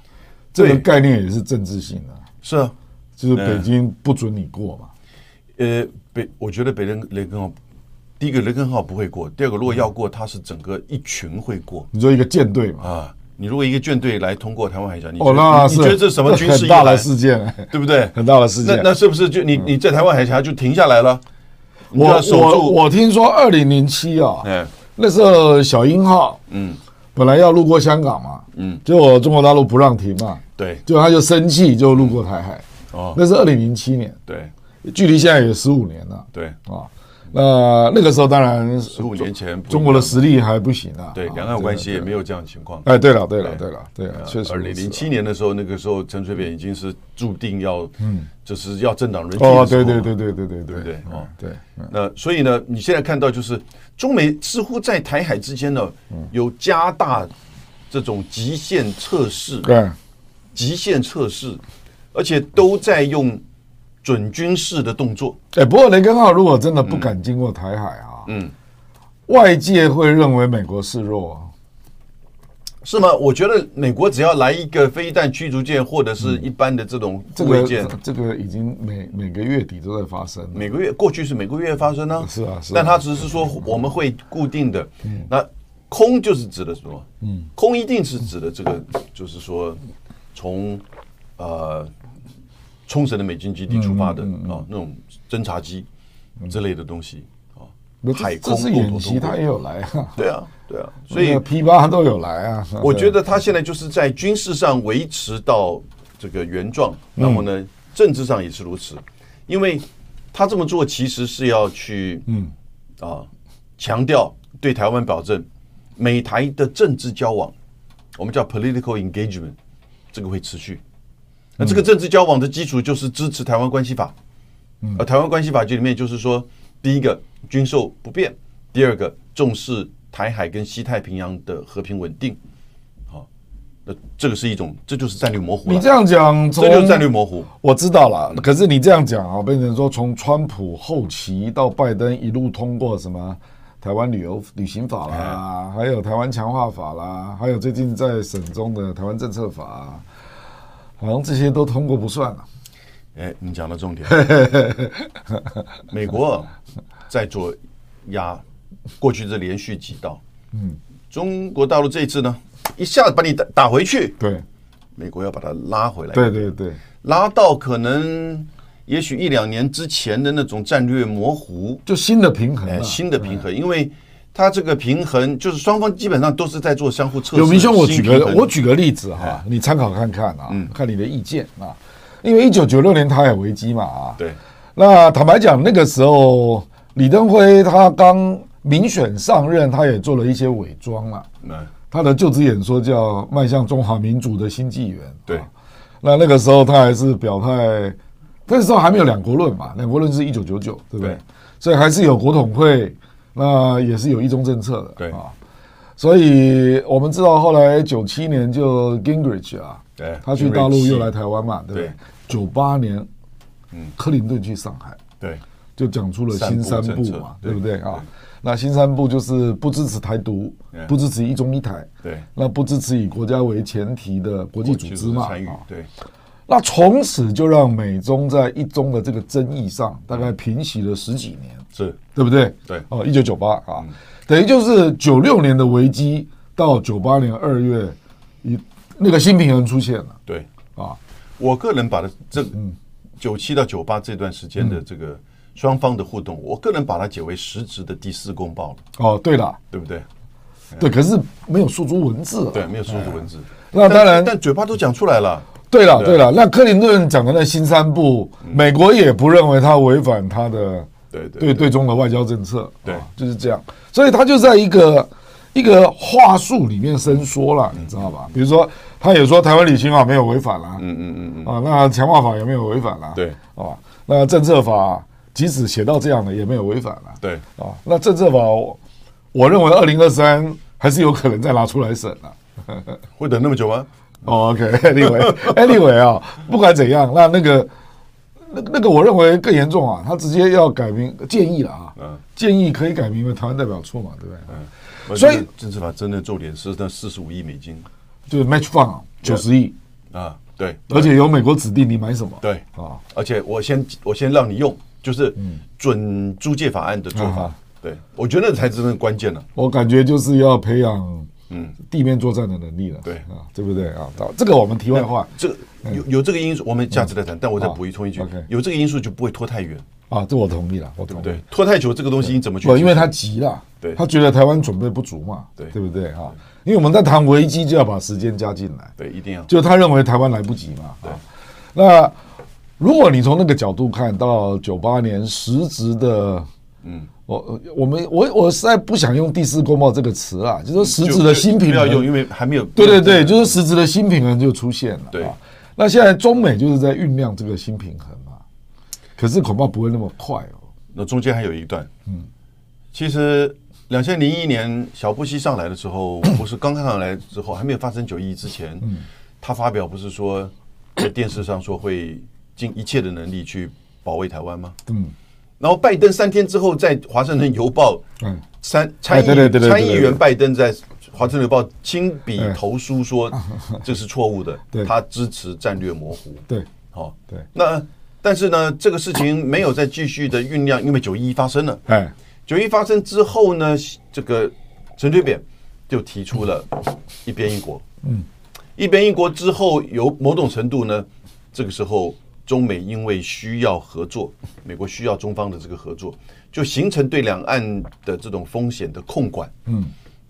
Speaker 4: 这个
Speaker 1: 对
Speaker 4: 概念也是政治性的，
Speaker 1: 是啊，
Speaker 4: 就是北京不准你过嘛。
Speaker 1: 呃，北我觉得北根雷根号，第一个雷根号不会过，第二个如果要过，它是整个一群会过
Speaker 4: 你说一个舰队嘛，
Speaker 1: 啊。你如果一个舰队来通过台湾海峡，你觉
Speaker 4: 哦，
Speaker 1: 得
Speaker 4: 那
Speaker 1: 你
Speaker 4: 是
Speaker 1: 你觉得这是什么军事
Speaker 4: 很
Speaker 1: 意
Speaker 4: 大
Speaker 1: 涵
Speaker 4: 的事件，
Speaker 1: 对不对？
Speaker 4: 很大的事
Speaker 1: 那
Speaker 4: 件。
Speaker 1: 那是不是就你你在台湾海峡就停下来了？你就
Speaker 4: 嗯我
Speaker 1: 要守
Speaker 4: 我
Speaker 1: 住
Speaker 4: 我听说二零零七啊，
Speaker 1: 哎
Speaker 4: 那时候小鹰号
Speaker 1: 嗯
Speaker 4: 本来要路过香港嘛，
Speaker 1: 嗯
Speaker 4: 结果中国大陆不让停嘛，
Speaker 1: 对
Speaker 4: 就他就生气就路过台海。
Speaker 1: 哦
Speaker 4: 那是二零零七年，
Speaker 1: 对
Speaker 4: 距离现在有十五年了
Speaker 1: 对，
Speaker 4: 啊。那那个时候当然
Speaker 1: 十五年前不一样
Speaker 4: 中国的实力还不行啊，
Speaker 1: 对
Speaker 4: 啊
Speaker 1: 两岸关系也没有这样的情况。
Speaker 4: 哎，对了，对了，对了，对了，确实
Speaker 1: 二
Speaker 4: 如此啊。
Speaker 1: 零零七年的时候，那个时候陈水扁已经是注定要，嗯，就是要政党轮替的时候
Speaker 4: 哦，
Speaker 1: 嘛
Speaker 4: 对对对对对对
Speaker 1: 对不对
Speaker 4: 嗯
Speaker 1: 哦
Speaker 4: 对，
Speaker 1: 那所以呢，你现在看到就是中美似乎在台海之间呢，
Speaker 4: 嗯
Speaker 1: 有加大这种极限测试，
Speaker 4: 对，
Speaker 1: 极限测试，而且都在用准军事的动作。
Speaker 4: 哎，不过雷根号如果真的不敢经过台海啊，
Speaker 1: 嗯，
Speaker 4: 外界会认为美国示弱啊。
Speaker 1: 是吗？我觉得美国只要来一个飞弹驱逐舰或者是一般的这种
Speaker 4: 这
Speaker 1: 护卫
Speaker 4: 个
Speaker 1: 舰，
Speaker 4: 嗯这个已经每每个月底都在发生了。
Speaker 1: 每个月过去是每个月发生呢、
Speaker 4: 是啊是啊嗯
Speaker 1: 但他只是说我们会固定的，那空就是指的什么？嗯，空一定是指的这个，就是说从呃冲绳的美军基地出发的
Speaker 4: 嗯
Speaker 1: 啊那种侦察机之类的东西
Speaker 4: 嗯
Speaker 1: 啊
Speaker 4: 那，这
Speaker 1: 海空
Speaker 4: 这次
Speaker 1: 陆
Speaker 4: 演
Speaker 1: 路
Speaker 4: 习
Speaker 1: 通
Speaker 4: 他
Speaker 1: 过
Speaker 4: 也有来啊，
Speaker 1: 对啊对啊，所以
Speaker 4: 那个 P 八都有来啊。
Speaker 1: 我觉得他现在就是在军事上维持到这个原状，然后呢，政治上也是如此，因为他这么做其实是要去，嗯，啊，强调对台湾保证美台的政治交往，我们叫 political engagement，这个会持续。那
Speaker 4: 嗯
Speaker 1: 这个政治交往的基础就是支持台湾关系法，
Speaker 4: 嗯
Speaker 1: 而台湾关系法就里面就是说，第一个军售不变，第二个重视台海跟西太平洋的和平稳定。好，那这个是一种，这就是战略模糊
Speaker 4: 你
Speaker 1: 了
Speaker 4: 这，样讲，
Speaker 1: 这就是战
Speaker 4: 从
Speaker 1: 略模糊。
Speaker 4: 我知道了，可是你这样讲啊，变成说从川普后期到拜登一路通过什么台湾旅游旅行法啦，
Speaker 1: 哎
Speaker 4: 还有台湾强化法啦，还有最近在省中的台湾政策法啊，好像这些都通过不算啊了。
Speaker 1: 哎，你讲到重 点，美国在做压，过去是连续几道，嗯，中国大陆这一次呢，一下子把你打打回去，
Speaker 4: 对
Speaker 1: 美国要把它拉回来，
Speaker 4: 对对对，
Speaker 1: 拉到可能也许一两年之前的那种战略模糊，
Speaker 4: 就新的平衡啊
Speaker 1: 哎，
Speaker 4: 了。
Speaker 1: 新的平衡，因为它这个平衡就是双方基本上都是在做相互测试。
Speaker 4: 有明兄，我举
Speaker 1: 新平
Speaker 4: 个
Speaker 1: 衡哎嗯
Speaker 4: 我举个例子哈，你参考看看啊，看你的意见啊。因为一九九六年台海危机嘛啊，
Speaker 1: 对
Speaker 4: 那坦白讲，那个时候李登辉他刚民选上任，他也做了一些伪装了。
Speaker 1: 那
Speaker 4: 他的就职演说叫“迈向中华民主的新纪元”。
Speaker 1: 对
Speaker 4: 啊那那个时候他还是表态，那时候还没有两国论嘛，两国论是一九九九，对不对？
Speaker 1: 对
Speaker 4: 所以还是有国统会，那也是有一中政策的，啊
Speaker 1: 对。
Speaker 4: 所以我们知道，后来九七年就 Gingrich 啊，
Speaker 1: 对
Speaker 4: 他去大陆
Speaker 1: Gingrich
Speaker 4: 又来台湾嘛，对不对
Speaker 1: 对？嗯
Speaker 4: 九八年，克林顿去上海，
Speaker 1: 对
Speaker 4: 就讲出了新三
Speaker 1: 三部
Speaker 4: 部
Speaker 1: 政
Speaker 4: 嘛
Speaker 1: 策，
Speaker 4: 对不
Speaker 1: 对
Speaker 4: 对啊？那新三部就是不支持台独，
Speaker 1: 嗯
Speaker 4: 不支持一中一台，
Speaker 1: 对，
Speaker 4: 那不支持以国家为前提的国际组织嘛
Speaker 1: 参与
Speaker 4: 啊。
Speaker 1: 对
Speaker 4: 那从此就让美中在一中的这个争议上，大概平息了十几年，
Speaker 1: 是，
Speaker 4: 对不对？
Speaker 1: 对嗯
Speaker 4: 哦，一九九八啊，等于就是九六年的危机到九八年二月，一那个新平衡出现了
Speaker 1: 对
Speaker 4: 啊。嗯
Speaker 1: 我个人把它这九七到九八这段时间的这个双方的互动，我个人把它解为实质的第四公报了，
Speaker 4: 哦，对了，
Speaker 1: 对不对？
Speaker 4: 对，可是没有诉诸文字、啊。
Speaker 1: 对，没有输入文字。
Speaker 4: 那当然
Speaker 1: 但但嘴巴都讲出来了。
Speaker 4: 对了，对了，那克林顿讲的那新三步，美国也不认为他违反他的
Speaker 1: 对对
Speaker 4: 对对中的外交政策，
Speaker 1: 对
Speaker 4: 啊就是这样。所以他就在一个一个话术里面伸缩了，你知道吧？比如说，他也说台湾旅行法没有违反啦，嗯嗯嗯嗯，啊，那强化法也没有违反啦，
Speaker 1: 对
Speaker 4: 啊，那政策法即使写到这样的也没有违反啦，
Speaker 1: 对
Speaker 4: 啊，那政策法我我认为二零二三还是有可能再拿出来审啊了。
Speaker 1: 会等那么久吗？
Speaker 4: 哦 OK，Anyway，Anyway 啊，不管怎样，那那个那那个，我认为更严重啊，他直接要改名建议了啊，
Speaker 1: 嗯
Speaker 4: 建议可以改名为台湾代表处嘛，对不对？
Speaker 1: 我
Speaker 4: 所
Speaker 1: 觉得
Speaker 4: 以
Speaker 1: 政治法真的重点是那四十五亿美金
Speaker 4: 就是 Match Fund 九十亿，
Speaker 1: 啊，对，
Speaker 4: 而且由美国指定你买什么，
Speaker 1: 对
Speaker 4: 啊，
Speaker 1: 而且我先我先让你用，就是准租借法案的做
Speaker 4: 嗯啊
Speaker 1: 法
Speaker 4: 哈。
Speaker 1: 对，我觉得那才真正关键了。
Speaker 4: 我感觉就是要培养
Speaker 1: 嗯，
Speaker 4: 地面作战的能力了，
Speaker 1: 对
Speaker 4: 啊，对不对啊？好这个我们题外话
Speaker 1: 这个有有这个因素，我们下次再谈。但我再
Speaker 4: 嗯好
Speaker 1: 补一充一句
Speaker 4: OK，
Speaker 1: 有这个因素就不会拖太远，
Speaker 4: 啊，这我同意了，我
Speaker 1: 对
Speaker 4: 同
Speaker 1: 不
Speaker 4: 意。
Speaker 1: 嗯对？拖太久这个东西你怎么去？
Speaker 4: 不，因为他急了，
Speaker 1: 对
Speaker 4: 他觉得台湾准备不足嘛，
Speaker 1: 对
Speaker 4: 对不对啊？因为我们在谈危机，就要把时间加进来，
Speaker 1: 对一定要
Speaker 4: 就他认为台湾来不及嘛。对、那如果你从那个角度看到九八年实质的，嗯，我我们我我实在不想用第四公报这个词啊，就说实质的新
Speaker 1: 品
Speaker 4: 平
Speaker 1: 不要用，
Speaker 4: 衡，
Speaker 1: 因为还没有
Speaker 4: 对对对，就是实质的新平衡就出现了、啊。
Speaker 1: 对
Speaker 4: 那现在中美就是在酝酿这个新平衡嘛，可是恐怕不会那么快哦。
Speaker 1: 那中间还有一段，嗯，其实两千零一年小布希上来的时 候，不是刚上来之后，还没有发生九一一之前，
Speaker 4: 嗯
Speaker 1: 他发表不是说 在电视上说会尽一切的能力去保卫台湾吗？
Speaker 4: 嗯
Speaker 1: 然后拜登三天之后在《华盛顿邮报》
Speaker 4: 嗯，
Speaker 1: 参参
Speaker 4: 对对
Speaker 1: 议
Speaker 4: 对对对哎
Speaker 1: 参议员拜登在《华盛顿邮报》亲笔投书说这是错误的
Speaker 4: 对，
Speaker 1: 他支持战略模糊。
Speaker 4: 对
Speaker 1: 好，
Speaker 4: 对，
Speaker 1: 那但是呢，这个事情没有再继续的酝酿，因为九一一发生了。
Speaker 4: 哎，
Speaker 1: 九一发生之后呢，这个陈水扁就提出了一边一国。嗯，一边一国之后，有某种程度呢，这个时候中美因为需要合作，美国需要中方的这个合作，就形成对两岸的这种风险的控管。嗯。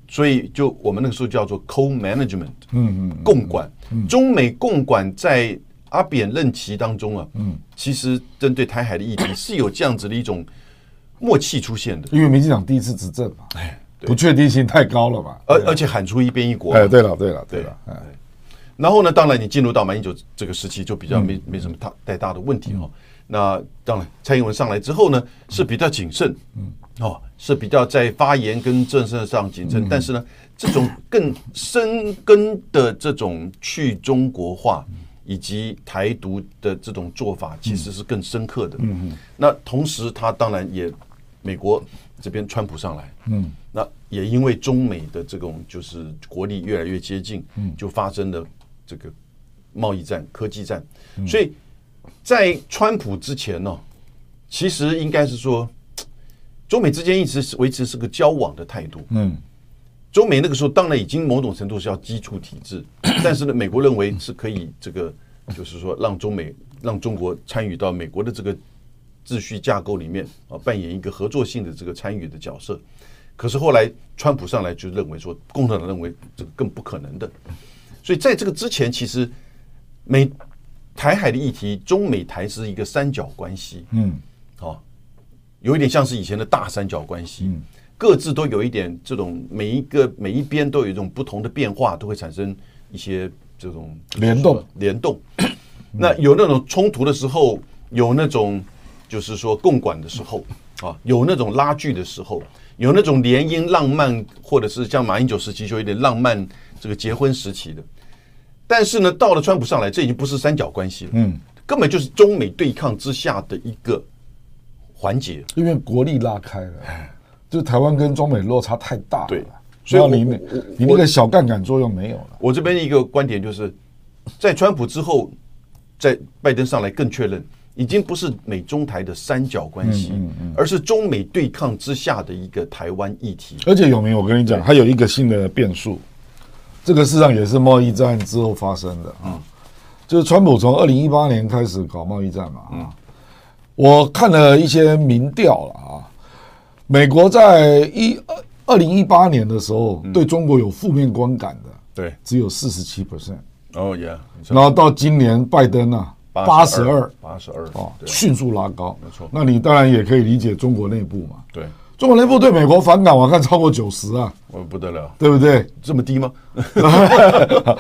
Speaker 1: 所以，就我们那个时候叫做 co-management，嗯嗯，共管，中美共管在阿扁任期当中啊，嗯，其实针对台海的议题是有这样子的一种默契出现的，
Speaker 4: 因为民进党第一次执政嘛，哎，呃
Speaker 1: 对
Speaker 4: 不确定性太高了嘛。
Speaker 1: 而而且喊出一边一国。
Speaker 4: 哎，对了，对了，对
Speaker 1: 对
Speaker 4: 了，哎，
Speaker 1: 然后呢，当然你进入到马英九这个时期就比较没没什么大太大的问题哦。那当然，蔡英文上来之后呢，是比较谨慎，嗯，哦，是比较在发言跟政策上谨慎，但是呢，这种更深根的这种去中国化。以及台独的这种做法，其实是更深刻的。嗯那同时，他当然也美国这边川普上来，嗯，那也因为中美的这种就是国力越来越接近，嗯，就发生了这个贸易战、科技战，所以在川普之前呢、其实应该是说，中美之间一直是维持是个交往的态度，嗯。中美那个时候当然已经某种程度是要基础体 制，但是呢，美国认为是可以这个，就是说让中美让中国参与到美国的这个秩序架构里面啊，扮演一个合作性的这个参与的角色。可是后来川普上来就认为说，共产党认为这个更不可能的。所以在这个之前，其实美台海的议题，中美台是一个三角关系，
Speaker 4: 嗯，
Speaker 1: 哦，有一点像是以前的大三角关系，
Speaker 4: 嗯
Speaker 1: 各自都有一点这种每一个每一边都有一种不同的变化，都会产生一些这种
Speaker 4: 联动
Speaker 1: 联动。 那有那种冲突的时候，有那种就是说共管的时候啊，有那种拉锯的时候，有那种联姻浪漫，或者是像马英九时期就有点浪漫这个结婚时期的。但是呢，到了川普上来，这已经不是三角关系了，嗯，根本就是中美对抗之下的一个环节。
Speaker 4: 因为国力拉开了，就台湾跟中美落差太大了，
Speaker 1: 对
Speaker 4: 哎所
Speaker 1: 所
Speaker 4: 以
Speaker 1: 以
Speaker 4: 你
Speaker 1: 我
Speaker 4: 那
Speaker 1: 我
Speaker 4: 你那
Speaker 1: 我
Speaker 4: 个小杠杆作用没有了，
Speaker 1: 我这边的一个观点就是，在川普之后，在拜登上来更确认，已经不是美中台的三角关系，而是中美对抗之下的一个台湾议题。
Speaker 4: 而且永明，我跟你讲，还有一个新的变数，这个事实上也是贸易战之后嗯发生的啊，就是川普从二零一八年开始搞贸易战嘛啊，我看了一些民调了啊，美国在一二二零一八年的时候，对中国有负面观感的
Speaker 1: 对，
Speaker 4: 只有四十七 percent，
Speaker 1: 哦耶，
Speaker 4: 然后到今年拜登啊八十二
Speaker 1: 八十二
Speaker 4: 哦，
Speaker 1: 对
Speaker 4: 迅速拉高，
Speaker 1: 没错
Speaker 4: 那你当然也可以理解中国内部嘛，
Speaker 1: 对，
Speaker 4: 中国内部对美国反感，我看超过九十啊，
Speaker 1: 我不得了，
Speaker 4: 对不对？
Speaker 1: 这么低吗？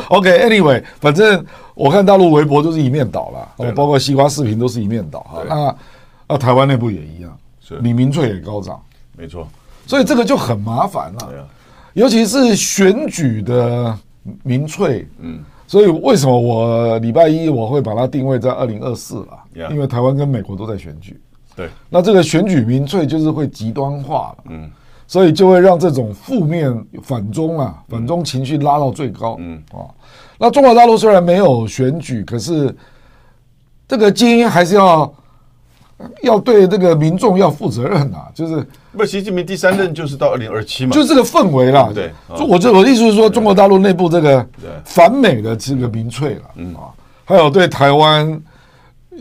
Speaker 4: OK，Anyway，、反正我看大陆微博就是一面倒了，
Speaker 1: 对
Speaker 4: 哦，包括西瓜视频都是一面倒哈。
Speaker 1: 对
Speaker 4: 那那台湾内部也一样，
Speaker 1: 是
Speaker 4: 李明翠也高涨，
Speaker 1: 没错，
Speaker 4: 所以这个就很麻烦了、
Speaker 1: 对啊
Speaker 4: 尤其是选举的民粹，嗯，所以为什么我礼拜一我会把它定位在二零二四了
Speaker 1: Yeah
Speaker 4: 因为台湾跟美国都在选举，
Speaker 1: 对，
Speaker 4: 那这个选举民粹就是会极端化了，嗯，所以就会让这种负面反中啊、反中情绪拉到最高，嗯啊。那中国大陆虽然没有选举，可是这个精英还是要要对这个民众要负责任啊，就是
Speaker 1: 不，习近平第三任就是到二零二七嘛，
Speaker 4: 就是这个氛围啦。
Speaker 1: 对
Speaker 4: 就我这我的意思是说，中国大陆内部这个
Speaker 1: 对
Speaker 4: 反美的这个民粹了，啊，还有对台湾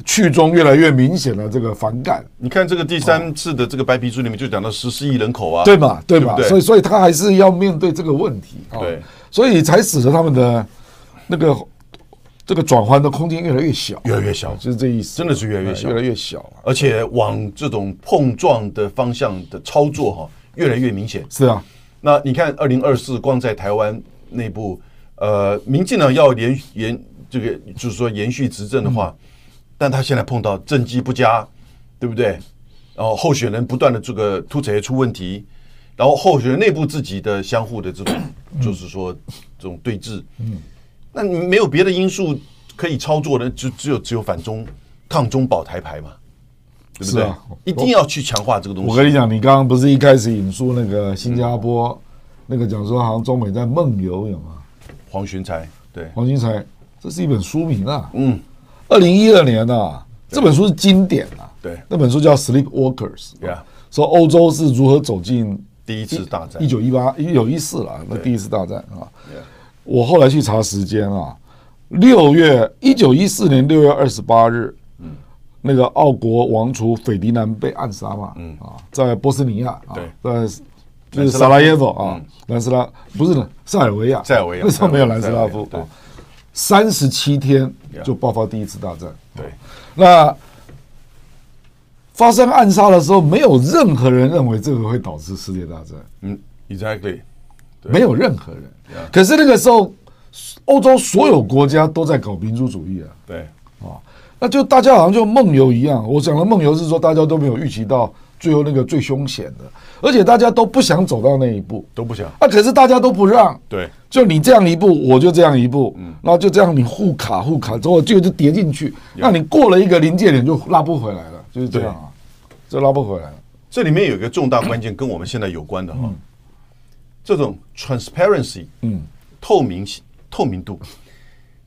Speaker 4: 去中越来越明显的这个反感。
Speaker 1: 你看这个第三次的这个白皮书里面就讲到十四亿人口啊，
Speaker 4: 哦对吧？对
Speaker 1: 对
Speaker 4: 吧
Speaker 1: 不？对
Speaker 4: 所以，所以他还是要面对这个问题啊。
Speaker 1: 对，
Speaker 4: 所以才使得他们的那个这个转换的空间越来越小，
Speaker 1: 越来越小
Speaker 4: 就是这意思，
Speaker 1: 真的是越来越小
Speaker 4: 哎越来越小啊。
Speaker 1: 而且往这种碰撞的方向的操作哈、越来越明显。
Speaker 4: 是啊，
Speaker 1: 那你看，二零二四光在台湾内部，呃，民进党要延延这个，就是说延续执政的话，但他现在碰到政绩不佳，对不对？然后候选人不断的这个突锤出问题，然后候选人内部自己的相互的这种，就是说这种对峙，嗯，那你没有别的因素可以操作的，就只有只有反中、抗中保台牌嘛，对不
Speaker 4: 是
Speaker 1: 对？
Speaker 4: 啊
Speaker 1: 一定要去强化这个东西。
Speaker 4: 我跟你讲，你刚刚不是一开始引述那个新加
Speaker 1: 嗯
Speaker 4: 坡那个讲说，好像中美在梦游，有吗？
Speaker 1: 黄循财，对，
Speaker 4: 黄金才，这是一本书名啊，
Speaker 1: 嗯，
Speaker 4: 二零一二年啊，这本书是经典啊。
Speaker 1: 对
Speaker 4: 那本书叫《Sleepwalkers》，
Speaker 1: 对啊。
Speaker 4: 说欧洲是如何走进
Speaker 1: 第一次大战
Speaker 4: 一九一八一九一四了，那第一次大战啊。
Speaker 1: Yeah
Speaker 4: 我后来去查时间啊，六月一九一四年六月二十八日，
Speaker 1: 嗯
Speaker 4: 那个奥国王储斐迪南被暗杀嘛，
Speaker 1: 嗯
Speaker 4: 啊，在波斯尼亚啊，在就是萨拉耶夫啊，南斯拉不是呢，塞尔维亚，
Speaker 1: 嗯塞尔维亚
Speaker 4: 那时候没有南斯
Speaker 1: 塞尔维
Speaker 4: 拉
Speaker 1: 亚
Speaker 4: 夫
Speaker 1: 对
Speaker 4: 啊，三十七天
Speaker 1: Yeah
Speaker 4: 就爆发第一次大战，
Speaker 1: 对，
Speaker 4: 那发生暗杀的时候，没有任何人认为这个会导致世界大战，
Speaker 1: 嗯，exactly，
Speaker 4: 没有任何人。可是那个时候，欧洲所有国家都在搞民族主义啊，
Speaker 1: 对，
Speaker 4: 啊，那就大家好像就梦游一样。我讲的梦游是说大家都没有预期到最后那个最凶险的，而且大家都不想走到那一步。
Speaker 1: 都不想，
Speaker 4: 啊，可是大家都不让，
Speaker 1: 对，
Speaker 4: 就你这样一步，我就这样一步，然后就这样你互卡互卡，之后就就叠进去，那你过了一个临界点就拉不回来了，就是这样啊，就拉不回来了。
Speaker 1: 这里面有一个重大关键跟我们现在有关的哈，这种 transparency，嗯，透明性、透明度，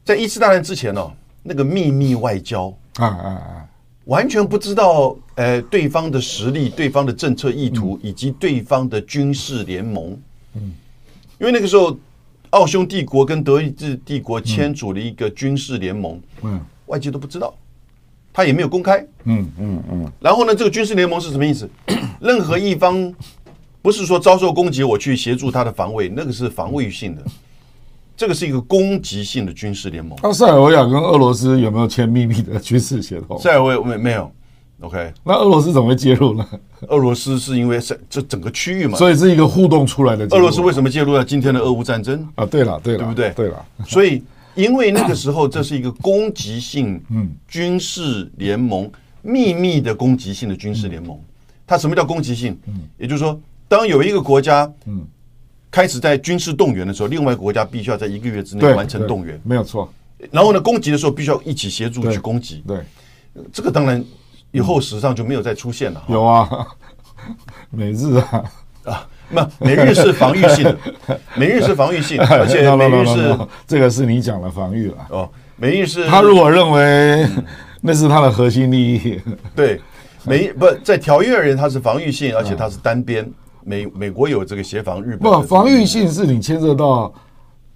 Speaker 1: 在一次大战之前呢、那个秘密外交
Speaker 4: 啊啊啊！
Speaker 1: 完全不知道，呃，对方的实力、对方的政策意图
Speaker 4: 嗯
Speaker 1: 以及对方的军事联盟，嗯，因为那个时候奥匈帝国跟德意志帝国签署了一个军事联盟，
Speaker 4: 嗯
Speaker 1: 外界都不知道，他也没有公开，
Speaker 4: 嗯嗯嗯，
Speaker 1: 然后呢，这个军事联盟是什么意思？ 任何一方不是说遭受攻击，我去协助他的防卫，那个是防卫性的，这个是一个攻击性的军事联盟。
Speaker 4: 那塞尔维亚跟俄罗斯有没有签秘密的军事协同？
Speaker 1: 在位没没有？OK，
Speaker 4: 那俄罗斯怎么会介入 呢？
Speaker 1: 俄罗斯是因为是这整个区域嘛，
Speaker 4: 所以是一个互动出来的结果。
Speaker 1: 俄罗斯为什么介入了今天的俄乌战争？
Speaker 4: 啊？对了对了，
Speaker 1: 对不对
Speaker 4: 对了，
Speaker 1: 所以，因为那个时候这是一个攻击性
Speaker 4: 嗯
Speaker 1: 军事联盟，秘密的攻击性的军事联
Speaker 4: 嗯
Speaker 1: 盟。它什么叫攻击性？也就是说，当有一个国家
Speaker 4: 嗯
Speaker 1: 开始在军事动员的时候，另外一个国家必须要在一个月之内
Speaker 4: 对，
Speaker 1: 完成动员
Speaker 4: 对。没有错，
Speaker 1: 然后呢，攻击的时候必须要一起协助
Speaker 4: 对
Speaker 1: 去攻击。
Speaker 4: 对，
Speaker 1: 这个当然以后史上就没有再出现了哈。
Speaker 4: 有啊， 美日啊，
Speaker 1: 啊，那美日是防御 性的，美日是防御性， 而且
Speaker 4: No, no,
Speaker 1: 美
Speaker 4: no,
Speaker 1: 日
Speaker 4: no,
Speaker 1: 是
Speaker 4: no，这 个是你讲的防御了。啊
Speaker 1: 哦，美日是
Speaker 4: 他如果认为 那是他的核心利益，
Speaker 1: 嗯对，美不在条约而言，它是防御性，而且它是单边。美美国有这个协防，日本
Speaker 4: 不，
Speaker 1: 有
Speaker 4: 防御性是你牵涉到，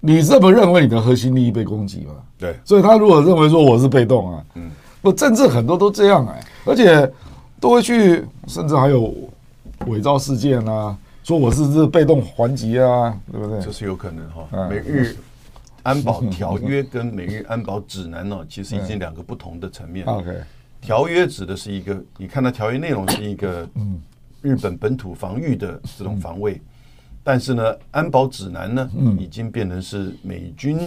Speaker 4: 你认不认为你的核心利益被攻击嘛？
Speaker 1: 对
Speaker 4: 所以他如果认为说我是被动啊，嗯，不，政治很多都这样哎、而且都会去，甚至还有伪造事件啊，说我是是被动还击啊，对不对？
Speaker 1: 这是有可能哈、
Speaker 4: 嗯
Speaker 1: 美日安保条约跟美日安保指南呢、其实已经两个不同的层面。
Speaker 4: 啊 OK，
Speaker 1: 条约指的是一个，你看它条约内容是一个日本本土防御的这种防卫，但是呢，安保指南呢，已经变成是美军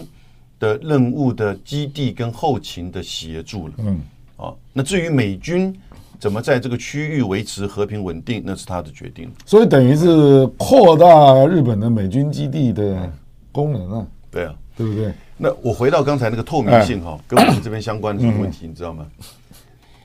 Speaker 1: 的任务的基地跟后勤的协助了。嗯，啊，那至于美军怎么在这个区域维持和平稳定，那是他的决定。
Speaker 4: 所以等于是扩大日本的美军基地的功能啊，
Speaker 1: 对啊，
Speaker 4: 对不对？
Speaker 1: 那我回到刚才那个透明性哈、跟我们这边相关的这个问题，你知道吗？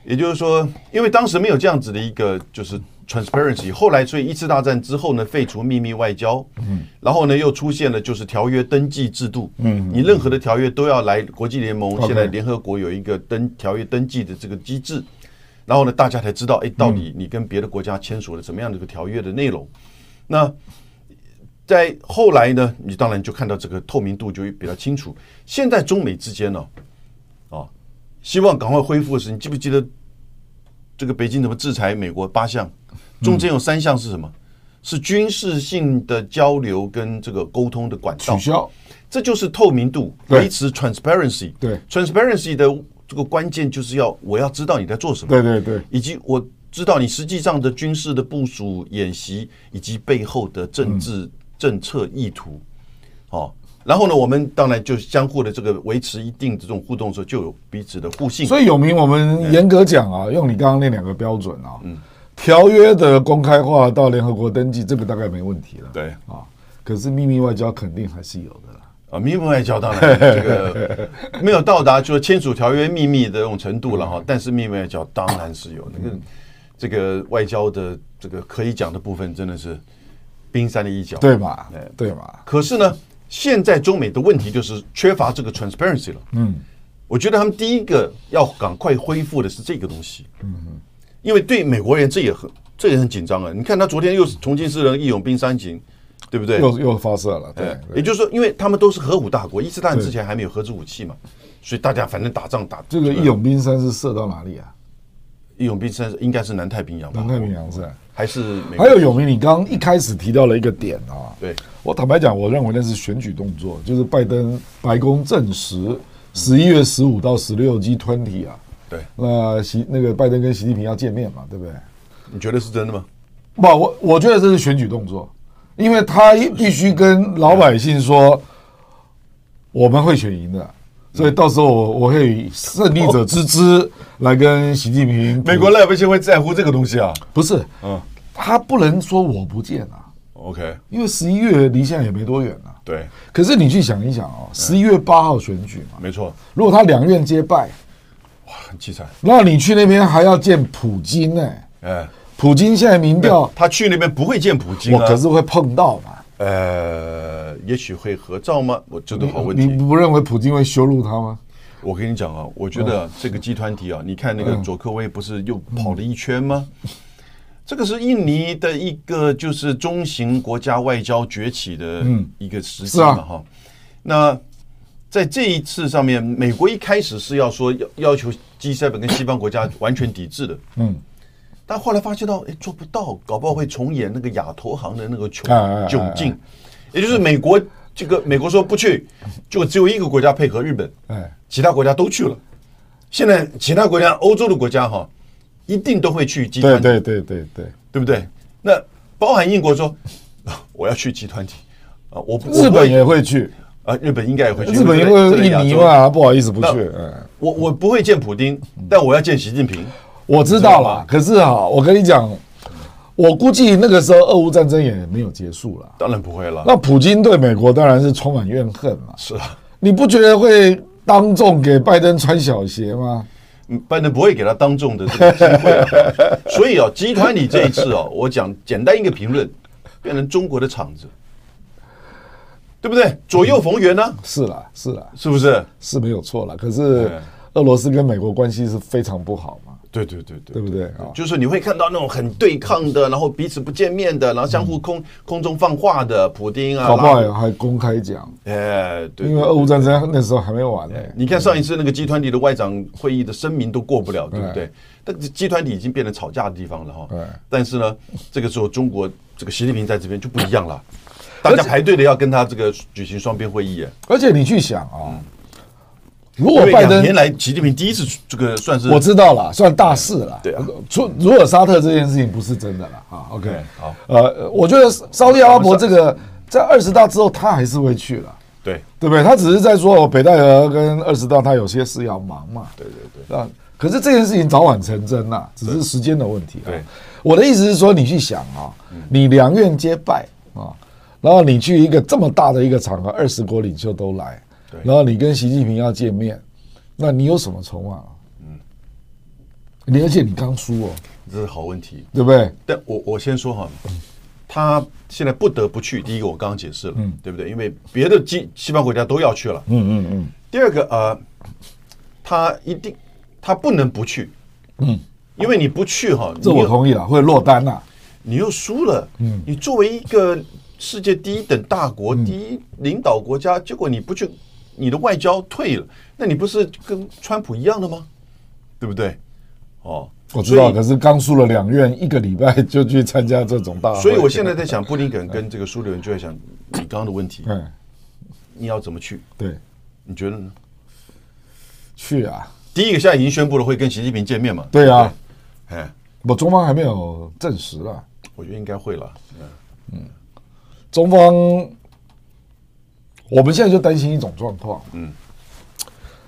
Speaker 1: 也就是说，因为当时没有这样子的一个就是 transparency，后来所以一次大战之后呢，废除秘密外交，嗯，然后呢又出现了就是条约登记制度，嗯，你任何的条约都要来国际联盟，
Speaker 4: OK
Speaker 1: 现在联合国有一个登条约登记的这个机制，然后呢大家才知道，哎，到底你跟别的国家签署了什么样的一个条约的内容，那。在后来呢，你当然就看到这个透明度就比较清楚。现在中美之间呢、啊，希望赶快恢复的是，你记不记得这个北京怎么制裁美国八项，中间有三项是什么？是军事性的交流跟这个沟通的管道
Speaker 4: 取，消，
Speaker 1: 这就是透明度，
Speaker 4: 对
Speaker 1: 维持 transparency。
Speaker 4: 对
Speaker 1: ，transparency 的这个关键就是要我要知道你在做什么，
Speaker 4: 对对对，
Speaker 1: 以及我知道你实际上的军事的部署、演习以及背后的政治
Speaker 4: 嗯
Speaker 1: 政策意图。哦，然后呢，我们当然就相互的这个维持一定的这种互动的时候，就有彼此的互信。
Speaker 4: 所以永明，我们严格讲啊，用你刚刚那两个标准啊，
Speaker 1: 嗯
Speaker 4: 条约的公开化到联合国登记，这个大概没问题了。
Speaker 1: 对
Speaker 4: 啊，可是秘密外交肯定还是有的啦。
Speaker 1: 啊，秘密外交当然 这个没有到达就是签署条约秘密的那种程度了
Speaker 4: 嗯
Speaker 1: 哈，但是秘密外交当然是有那个这个外交的这个可以讲的部分真的是冰山的一角。
Speaker 4: 对嘛
Speaker 1: 对？
Speaker 4: 对嘛？
Speaker 1: 可是呢，现在中美的问题就是缺乏这个 transparency 了。嗯，我觉得他们第一个要赶快恢复的是这个东西。嗯因为对美国人这也很这也很紧张啊。你看他昨天又是重庆市人义勇兵三型，对不对？
Speaker 4: 又又发射了，对
Speaker 1: 哎，
Speaker 4: 对
Speaker 1: 也就是说，因为他们都是核武大国，一次大战之前还没有核子武器嘛，所以大家反正打仗打
Speaker 4: 这个义勇兵三是射到哪里啊？
Speaker 1: 义勇兵三应该是南太平洋吧？
Speaker 4: 南太平洋是吧。
Speaker 1: 还是美国
Speaker 4: 还有永明，你刚刚一开始提到了一个点啊，
Speaker 1: 对
Speaker 4: 我坦白讲，我认为那是选举动作，就是拜登白宫证
Speaker 1: 嗯
Speaker 4: 实十一月十五到十六 G twenty 啊，
Speaker 1: 对，
Speaker 4: 那习那个拜登跟习近平要见面嘛，对不对？
Speaker 1: 你觉得是真的吗？
Speaker 4: 不，我我觉得这是选举动作，因为他必须跟老百姓说，我们会选赢的，所以到时候我我会以胜利者之姿来跟习近平。
Speaker 1: 美国老百姓会在乎这个东西啊
Speaker 4: 不是，他不能说我不见啊，
Speaker 1: ？OK，
Speaker 4: 因为十一月离现在也没多远啊。
Speaker 1: 对，
Speaker 4: 可是你去想一想哦，十一月八号选举嘛，
Speaker 1: 没错，
Speaker 4: 如果他两院皆败，
Speaker 1: 很凄惨。
Speaker 4: 那你去那边还要见普京呢、
Speaker 1: 哎，
Speaker 4: 普京现在民调，
Speaker 1: 他去那边不会见普京
Speaker 4: 我
Speaker 1: 啊，
Speaker 4: 可是会碰到嘛。
Speaker 1: 呃，也许会合照吗？我这都好问
Speaker 4: 你
Speaker 1: 题。
Speaker 4: 不认为普京会羞辱他吗？
Speaker 1: 我跟你讲啊，我觉
Speaker 4: 哦
Speaker 1: 得啊这个集团体啊，你看那个
Speaker 4: 嗯
Speaker 1: 佐科威不是又跑了一圈吗？这个是印尼的一个就是中型国家外交崛起的一个时期
Speaker 4: 是啊
Speaker 1: 嘛哈。那在这一次上面，美国一开始是要说要要求 G7 跟西方国家完全抵制的，
Speaker 4: 嗯，
Speaker 1: 但后来发现到，哎，做不到，搞不好会重演那个亚投行的那个窘
Speaker 4: 哎哎哎哎
Speaker 1: 窘境，也就是美国这个美国说不去，就只有一个国家配合日本，
Speaker 4: 哎，
Speaker 1: 其他国家都去了。现在其他国家，欧洲的国家哈，一定都会去集
Speaker 4: 对
Speaker 1: 团体，
Speaker 4: 对对对对，
Speaker 1: 对不对？那包含英国说， 啊我要去集团体啊，我不
Speaker 4: 日本也
Speaker 1: 我不
Speaker 4: 会去，
Speaker 1: 啊，日本应该也会去，
Speaker 4: 日本因
Speaker 1: 这个
Speaker 4: 为
Speaker 1: 亚洲
Speaker 4: 印尼，嘛，不好意思不
Speaker 1: 那
Speaker 4: 去。哎，
Speaker 1: 我我不会见普丁，
Speaker 4: 嗯
Speaker 1: 但我要见习近平，
Speaker 4: 我知道了，可是啊，我跟你讲，我估计那个时候俄乌战争也没有结束了。
Speaker 1: 当然不会了，
Speaker 4: 那普京对美国当然是充满怨恨嘛，
Speaker 1: 是啊。
Speaker 4: 你不觉得会当众给拜登穿小鞋吗？
Speaker 1: 嗯拜登不会给他当众的这个机会、 啊，所以啊，集团里这一次啊，我讲简单一个评论，变成中国的场子，对不对？左右逢源呢、啊
Speaker 4: 是啦，是啦，
Speaker 1: 是不是？
Speaker 4: 是没有错啦。可是
Speaker 1: 哎
Speaker 4: 俄罗斯跟美国关系是非常不好嘛，
Speaker 1: 对对对对
Speaker 4: 对不对啊？
Speaker 1: 就是你会看到那种很对抗的，然后彼此不见面的，然后相互空空中放话的，普丁啊，
Speaker 4: 搞不
Speaker 1: 拉
Speaker 4: 嗯好还公开讲，
Speaker 1: 哎，对，
Speaker 4: 因为
Speaker 1: 对
Speaker 4: 俄乌战争那时候还没完呢、
Speaker 1: 你看上一次那个集团体的外长会议的声明都过不了，对不对？但集团体已经变成吵架的地方了哈。
Speaker 4: 对
Speaker 1: 但是呢，这个时候中国这个习近平在这边就不一样了，大家排队的要跟他这个举行双边会议耶。
Speaker 4: 而且你去想啊，
Speaker 1: 嗯
Speaker 4: 如
Speaker 1: 因
Speaker 4: 果
Speaker 1: 为
Speaker 4: 拜
Speaker 1: 两
Speaker 4: 登
Speaker 1: 年来，习近平第一次这个算是
Speaker 4: 我知道了，算大事了。
Speaker 1: 对啊，
Speaker 4: 除如果沙特这件事情不是真的了啊，OK，
Speaker 1: 对好，
Speaker 4: 呃，我觉得沙特阿拉伯这个在二十大之后，他还是会去了。
Speaker 1: 对
Speaker 4: 对不对？他只是在说北戴河跟二十大，他有些事要忙嘛。对对对。啊，可是这件事情早晚成真呐、只是时间的问题、啊。
Speaker 1: 对，嗯
Speaker 4: 我的意思是说，你去想啊，你两院皆败啊，然后你去一个这么大的一个场合，二十国领袖都来，然后你跟习近平要见面，那你有什么筹码、啊？嗯，你而且你刚输哦，
Speaker 1: 这是好问题。
Speaker 4: 对不对？
Speaker 1: 但我我先说哈，他现在不得不去。第一个我刚刚解释了，对不对？因为别的西西方国家都要去了。嗯嗯嗯嗯。第二个呃，他一定他不能不去。嗯，因为你不去哈，
Speaker 4: 这
Speaker 1: 你
Speaker 4: 我
Speaker 1: 又
Speaker 4: 同意啊了，会落单呐、
Speaker 1: 你又输了。嗯，你作为一个世界第一等大国、第一领导国家，结果你不去，你的外交退了，那你不是跟川普一样的吗？对不对？哦，
Speaker 4: 我知道，
Speaker 1: 所以
Speaker 4: 可是刚输了两院，一个礼拜就去参加这种大会，
Speaker 1: 所以我现在在想，布林肯跟这个苏联就在想你刚刚的问题，
Speaker 4: 嗯，
Speaker 1: 你要怎么去？
Speaker 4: 对，
Speaker 1: 你觉得呢？
Speaker 4: 去啊。
Speaker 1: 第一个现在已经宣布了会跟习近平见面嘛？
Speaker 4: 对啊，
Speaker 1: 对，哎，
Speaker 4: 我中方还没有证实啊啦。
Speaker 1: 我觉得应该会了。嗯
Speaker 4: 中方，我们现在就担心一种状况，嗯，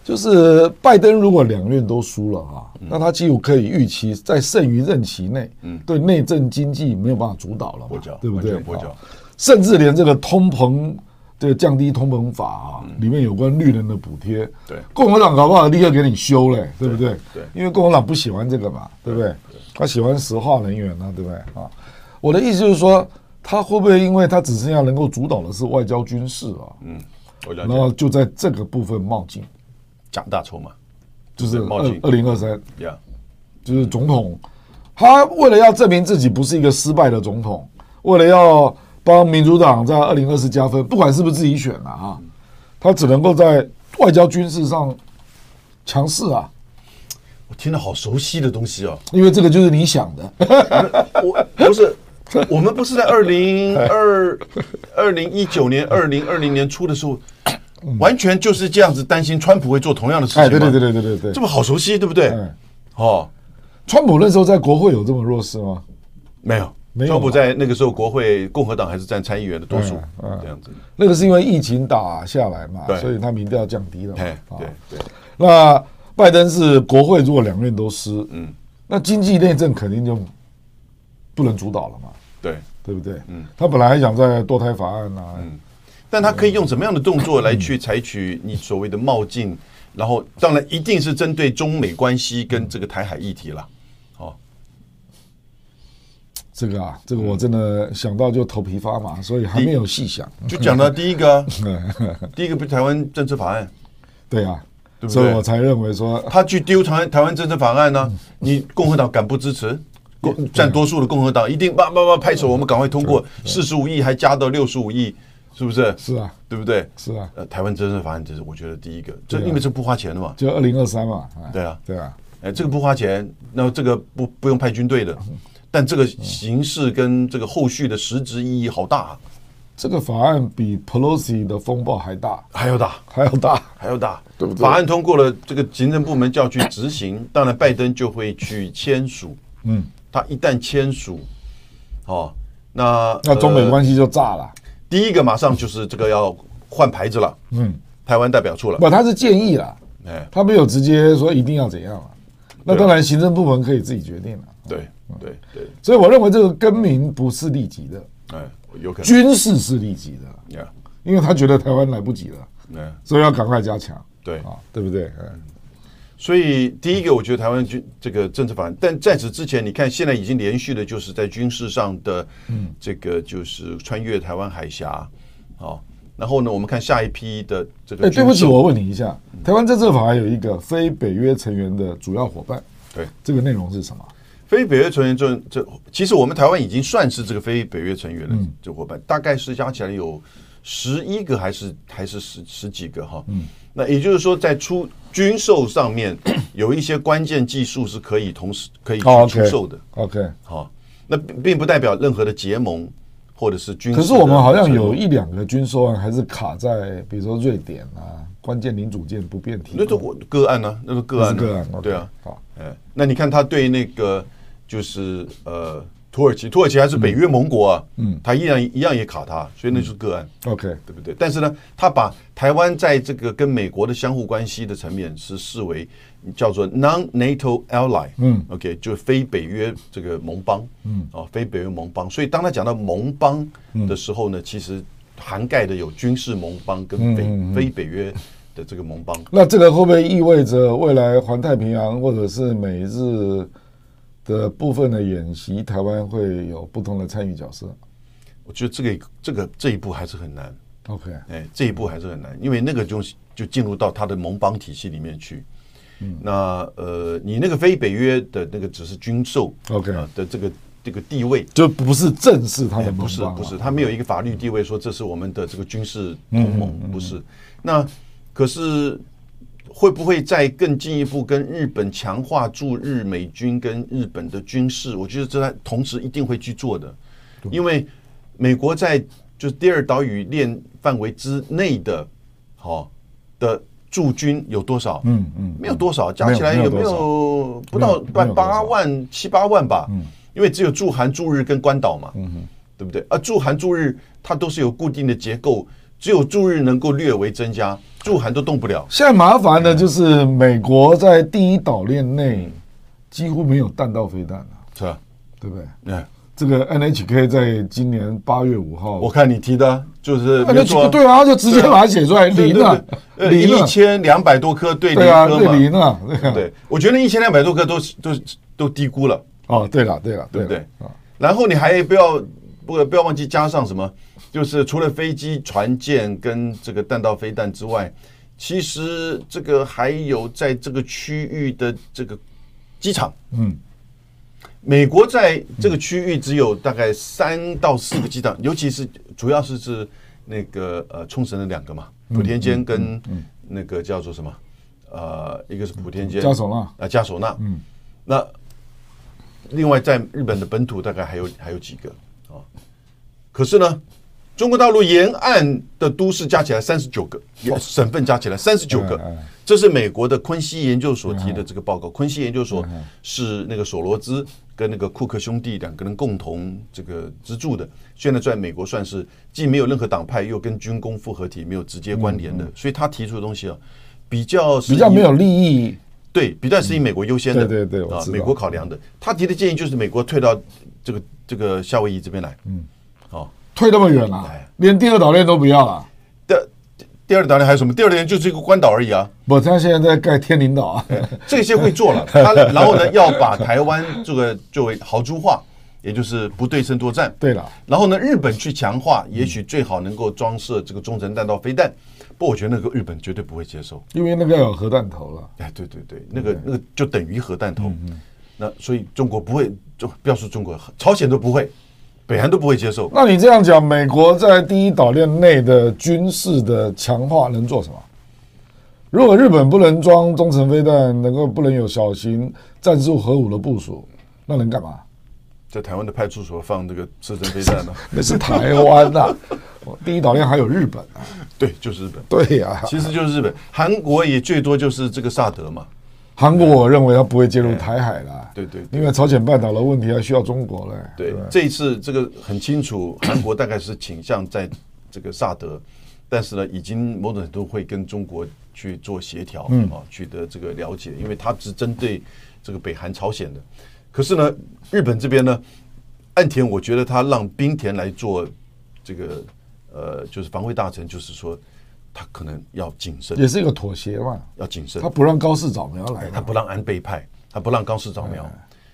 Speaker 4: 就是拜登如果两院都输了哈、那他几乎可以预期在剩余任期内，嗯，对内政经济没有办法主导了
Speaker 1: 跛
Speaker 4: 嘛
Speaker 1: 脚，
Speaker 4: 对不对？
Speaker 1: 完全跛脚
Speaker 4: 啊甚至连这个通膨。这个降低通膨法啊，里面有关绿人的补贴，
Speaker 1: 对
Speaker 4: 共和党搞不好立刻给你修嘞，对不对？
Speaker 1: 对对
Speaker 4: 因为共和党不喜欢这个嘛，对不对？他喜欢石化能源啊，对不对啊？我的意思就是说，他会不会因为他只剩下能够主导的是外交军事啊，
Speaker 1: 嗯，我了
Speaker 4: 然
Speaker 1: 解，
Speaker 4: 后就在这个部分冒进，
Speaker 1: 假大筹码，
Speaker 4: 就是
Speaker 1: 冒
Speaker 4: 二
Speaker 1: 进
Speaker 4: 二零二三，
Speaker 1: 呀，
Speaker 4: 就是总统，他为了要证明自己不是一个失败的总统，为了要帮民主党在二零二四加分，不管是不是自己选了啊，他只能够在外交军事上强势啊，
Speaker 1: 我听了好熟悉的东西哦。
Speaker 4: 因为这个就是你想的，
Speaker 1: 我不是，我们不是在二零二二零一九年、二零二零年初的时候，完全就是这样子担心川普会做同样的事情
Speaker 4: 嗯哎，
Speaker 1: 吗？
Speaker 4: 对对对对对对对
Speaker 1: 这，么好熟悉，对不对
Speaker 4: 嗯？
Speaker 1: 哦，
Speaker 4: 川普那时候在国会有这么弱势吗？
Speaker 1: 没有，
Speaker 4: 没有
Speaker 1: 川普
Speaker 4: 吧
Speaker 1: 在那个时候国会共和党还是占参议员的多数，
Speaker 4: 嗯
Speaker 1: 这样子。
Speaker 4: 那个是因为疫情打下来嘛
Speaker 1: 对，
Speaker 4: 所以他民调降低了嘛
Speaker 1: 哎，。
Speaker 4: 啊
Speaker 1: 对对，
Speaker 4: 那拜登是国会如果两院都失，嗯，那经济内政肯定就不能主导了嘛，
Speaker 1: 对，
Speaker 4: 对不对？嗯，他本来还想在堕胎法案啊，
Speaker 1: 嗯但他可以用什么样的动作来去采取你所谓的冒进？然后，当然一定是针对中美关系跟这个台海议题 啦。哦，
Speaker 4: 这个啊，这个
Speaker 1: 嗯
Speaker 4: 我真的想到就头皮发麻，所以还没有细想。
Speaker 1: 就讲到第一个啊， 第一个不是台湾政治法案，
Speaker 4: 对啊，
Speaker 1: 对不对
Speaker 4: 所以我才认为说，
Speaker 1: 他去丢台湾台湾政治法案呢、啊你共和党敢不支持？共占多数的共和党一定叭叭
Speaker 4: 嗯
Speaker 1: 叭拍手，我们赶快通过四十五亿，还加到六十五亿，是不是？
Speaker 4: 是啊，
Speaker 1: 对不对？
Speaker 4: 是啊
Speaker 1: 呃，台湾政治法案这是我觉得第一个，这因为这不花钱的嘛，
Speaker 4: 就二零二三嘛，哎
Speaker 1: 对啊
Speaker 4: 对啊，
Speaker 1: 哎，这个不花钱，那这个不不用派军队的，但这个形式跟这个后续的实质意义好大啊，
Speaker 4: 这个法案比 Pelosi 的风暴还大，
Speaker 1: 还要大。
Speaker 4: 还要大。
Speaker 1: 还要大，
Speaker 4: 对不对
Speaker 1: 法案通过了，这个行政部门就要去执 行，当然拜登就会去签署。嗯，他一旦签署，哦，那
Speaker 4: 那中美
Speaker 1: 呃
Speaker 4: 关系就炸了。
Speaker 1: 第一个马上就是这个要换牌子了，嗯，台湾代表处了，
Speaker 4: 不，他是建议啦，
Speaker 1: 哎，
Speaker 4: 他没有直接说一定要怎样啊。那
Speaker 1: 对啊
Speaker 4: 当然，行政部门可以自己决定了。
Speaker 1: 对对对，
Speaker 4: 所以我认为这个更名不是立即的，
Speaker 1: 哎，有可能，
Speaker 4: 军事是立即的，
Speaker 1: 呀，
Speaker 4: 因为他觉得台湾来不及了，
Speaker 1: 嗯，
Speaker 4: 所以要赶快加强
Speaker 1: 对，
Speaker 4: 啊，对不对？嗯
Speaker 1: 所以第一个，我觉得台湾军这个政治法案，但在此之前，你看现在已经连续的
Speaker 4: 嗯
Speaker 1: 就是在军事上的，这个就是穿越台湾海峡，哦，然后呢，我们看下一批的这个
Speaker 4: 哎，
Speaker 1: 军售。
Speaker 4: 对不起，我问你一下，台湾政策法还有一个非北约成员的主要伙伴，
Speaker 1: 对
Speaker 4: 这个内容是什么？
Speaker 1: 非北约成员这这，其实我们台湾已经算是这个非北约成员
Speaker 4: 嗯
Speaker 1: 了，这伙伴大概是加起来有十一个还是还是十十几个哈。嗯，那也就是说，在出军售上 面有一些关键技术是可以同时可以去
Speaker 4: 哦，OK
Speaker 1: 出售的。
Speaker 4: OK，
Speaker 1: 哈、那并并不代表任何的结盟或者是军事的
Speaker 4: 可是
Speaker 1: 承诺。
Speaker 4: 我们好像有一两个军售案还是卡在，比如说瑞典啊，关键零组件不变提供。
Speaker 1: 那都我个案呢、那都个案、
Speaker 4: 那
Speaker 1: 啊，
Speaker 4: 是个案，OK，
Speaker 1: 对啊。
Speaker 4: 好，
Speaker 1: 哎，那你看他对那个就是呃土耳其，土耳其还是北约盟国啊，嗯，他依然一样也卡他，所以那就是个案，
Speaker 4: OK，
Speaker 1: 对不对？但是呢，他把台湾在这个跟美国的相互关系的层面是视为叫做 non-NATO ally，嗯，OK，就是非北约这个盟邦，嗯，啊，非北约盟邦。所以当他讲到盟邦的时候呢，其实涵盖的有军事盟邦跟非非北约的这个盟邦。
Speaker 4: 那这个会不会意味着未来环太平洋或者是美日的部分的演习，台湾会有不同的参与角色
Speaker 1: 我觉得这个这个这一步还是很难，
Speaker 4: ？OK，
Speaker 1: 哎，这一步还是很难，因为那个东西就进入到他的盟邦体系里面去。那呃，你那个非北约的那个只是军售
Speaker 4: OK
Speaker 1: 呃的这个这个地位，
Speaker 4: 就不是正式他
Speaker 1: 哎，
Speaker 4: 的盟
Speaker 1: 不是
Speaker 4: 邦啊
Speaker 1: 不是，他没有一个法律地位说这是我们的这个军事同盟，不是。那可是会不会再更进一步跟日本强化驻日美军跟日本的军事？我觉得这在同时一定会去做的，因为美国在就是第二岛屿链范围之内的，好、的驻军有多少？嗯嗯，没有多少，加起来
Speaker 4: 没有
Speaker 1: 有
Speaker 4: 没
Speaker 1: 没
Speaker 4: 有多少
Speaker 1: 有嗯不到
Speaker 4: 没有
Speaker 1: 八
Speaker 4: 没有多
Speaker 1: 八
Speaker 4: 少
Speaker 1: 万七八万吧？因为只有驻韩、驻日跟关岛嘛。对不对？而驻韩驻日它都是有固定的结构，只有驻日能够略微增加，驻韩都动不了。
Speaker 4: 现在麻烦的就是美国在第一岛链内几乎没有弹道飞弹了、
Speaker 1: 是吧？
Speaker 4: 对不对？
Speaker 1: 哎，
Speaker 4: 这个 NHK 在今年八月五号，
Speaker 1: 我看你提的就是没错
Speaker 4: NHK 对啊，他就直接把它写出 来，
Speaker 1: 对
Speaker 4: 零
Speaker 1: 对
Speaker 4: 了，
Speaker 1: 呃，
Speaker 4: 零
Speaker 1: 一
Speaker 4: 了，
Speaker 1: 千两百多颗对零
Speaker 4: 对啊，
Speaker 1: 颗
Speaker 4: 对零
Speaker 1: 嘛，
Speaker 4: 了，对啊
Speaker 1: 对，我觉得一千两百多颗都是都都低估了，
Speaker 4: 哦，对了，对了，
Speaker 1: 对不
Speaker 4: 了
Speaker 1: 对
Speaker 4: 啊？
Speaker 1: 然后你还不要不不要忘记加上什么，就是除了飞机、船舰跟这个弹道飞弹之外，其实这个还有在这个区域的这个机场，
Speaker 4: 嗯，
Speaker 1: 美国在这个区域只有大概三到四个机场，尤其是主要是是那个呃冲绳的两个嘛，
Speaker 4: 嗯
Speaker 1: 普天间跟那个叫做什么呃，一个是普天间，
Speaker 4: 嗯加手纳
Speaker 1: 啊，加索纳，嗯，那另外在日本的本土大概还有还有几个啊，可是呢，中国大陆沿岸的都市加起来三十九个，省份加起来三十九个
Speaker 4: 哎哎，
Speaker 1: 这是美国的昆西研究所提的这个报告。昆西研究
Speaker 4: 嗯
Speaker 1: 所是那个索罗兹跟那个库克兄弟两个人共同这个资助的，现在在美国算是既没有任何党派，又跟军工复合体没有直接关联的，所以他提出的东西啊，比较是
Speaker 4: 嗯比较
Speaker 1: 以
Speaker 4: 没有利益，
Speaker 1: 对，比较是以美国优先的，
Speaker 4: 嗯对对对我
Speaker 1: 啊
Speaker 4: 知，道
Speaker 1: 美国考量的。他提的建议就是美国退到这个这个夏威夷这边来，嗯，哦，
Speaker 4: 退那么远了
Speaker 1: 哎，
Speaker 4: 连第二岛链都不要了。
Speaker 1: 第二第二岛链还有什么？第二岛链就是一个关岛而已啊，
Speaker 4: 不，他现在在盖天灵岛啊，
Speaker 1: 这些会做了。他然后呢，要把台湾这个作为豪猪化，也就是不对称作战。
Speaker 4: 对了，
Speaker 1: 然后呢，日本去强化，也许最好能够装设这个中程弹道飞弹。不过我觉得那个日本绝对不会接受。
Speaker 4: 因为那个有核弹头了。
Speaker 1: 哎，对对对，那个那个就等于核弹头。那所以中国不会，就不要说中国，朝鲜都不会，北韩都不会接受。
Speaker 4: 那你这样讲，美国在第一岛链内的军事的强化能做什么？如果日本不能装中程飞弹，能够不能有小型战术核武的部署，那能干嘛？
Speaker 1: 在台湾的派出所放这个刺针飞弹呢、
Speaker 4: 那是台湾呐、我第一岛链还有日本啊，
Speaker 1: 对，就是日本，
Speaker 4: 对呀、
Speaker 1: 其实就是日本，韩国也最多就是这个萨德嘛。
Speaker 4: 韩国我认为它不会介入台海啦，
Speaker 1: 对对对
Speaker 4: 因为朝鲜半岛的问题还需要中国嘞，
Speaker 1: 对，这一次这个很清楚， 韩国大概是倾向在这个萨德，但是呢，已经某种程度会跟中国去做协调，啊，取得这个了解，因为它只针对这个北韩、朝鲜的。可是呢，日本这边呢，岸田我觉得他让冰田来做这个呃，就是防卫大臣，就是说他可能要谨慎，
Speaker 4: 也是一个妥协嘛，
Speaker 1: 要谨慎
Speaker 4: 他。不让高市长们要来
Speaker 1: 他
Speaker 4: 嘛，
Speaker 1: 不让安倍派，他不让高市长苗，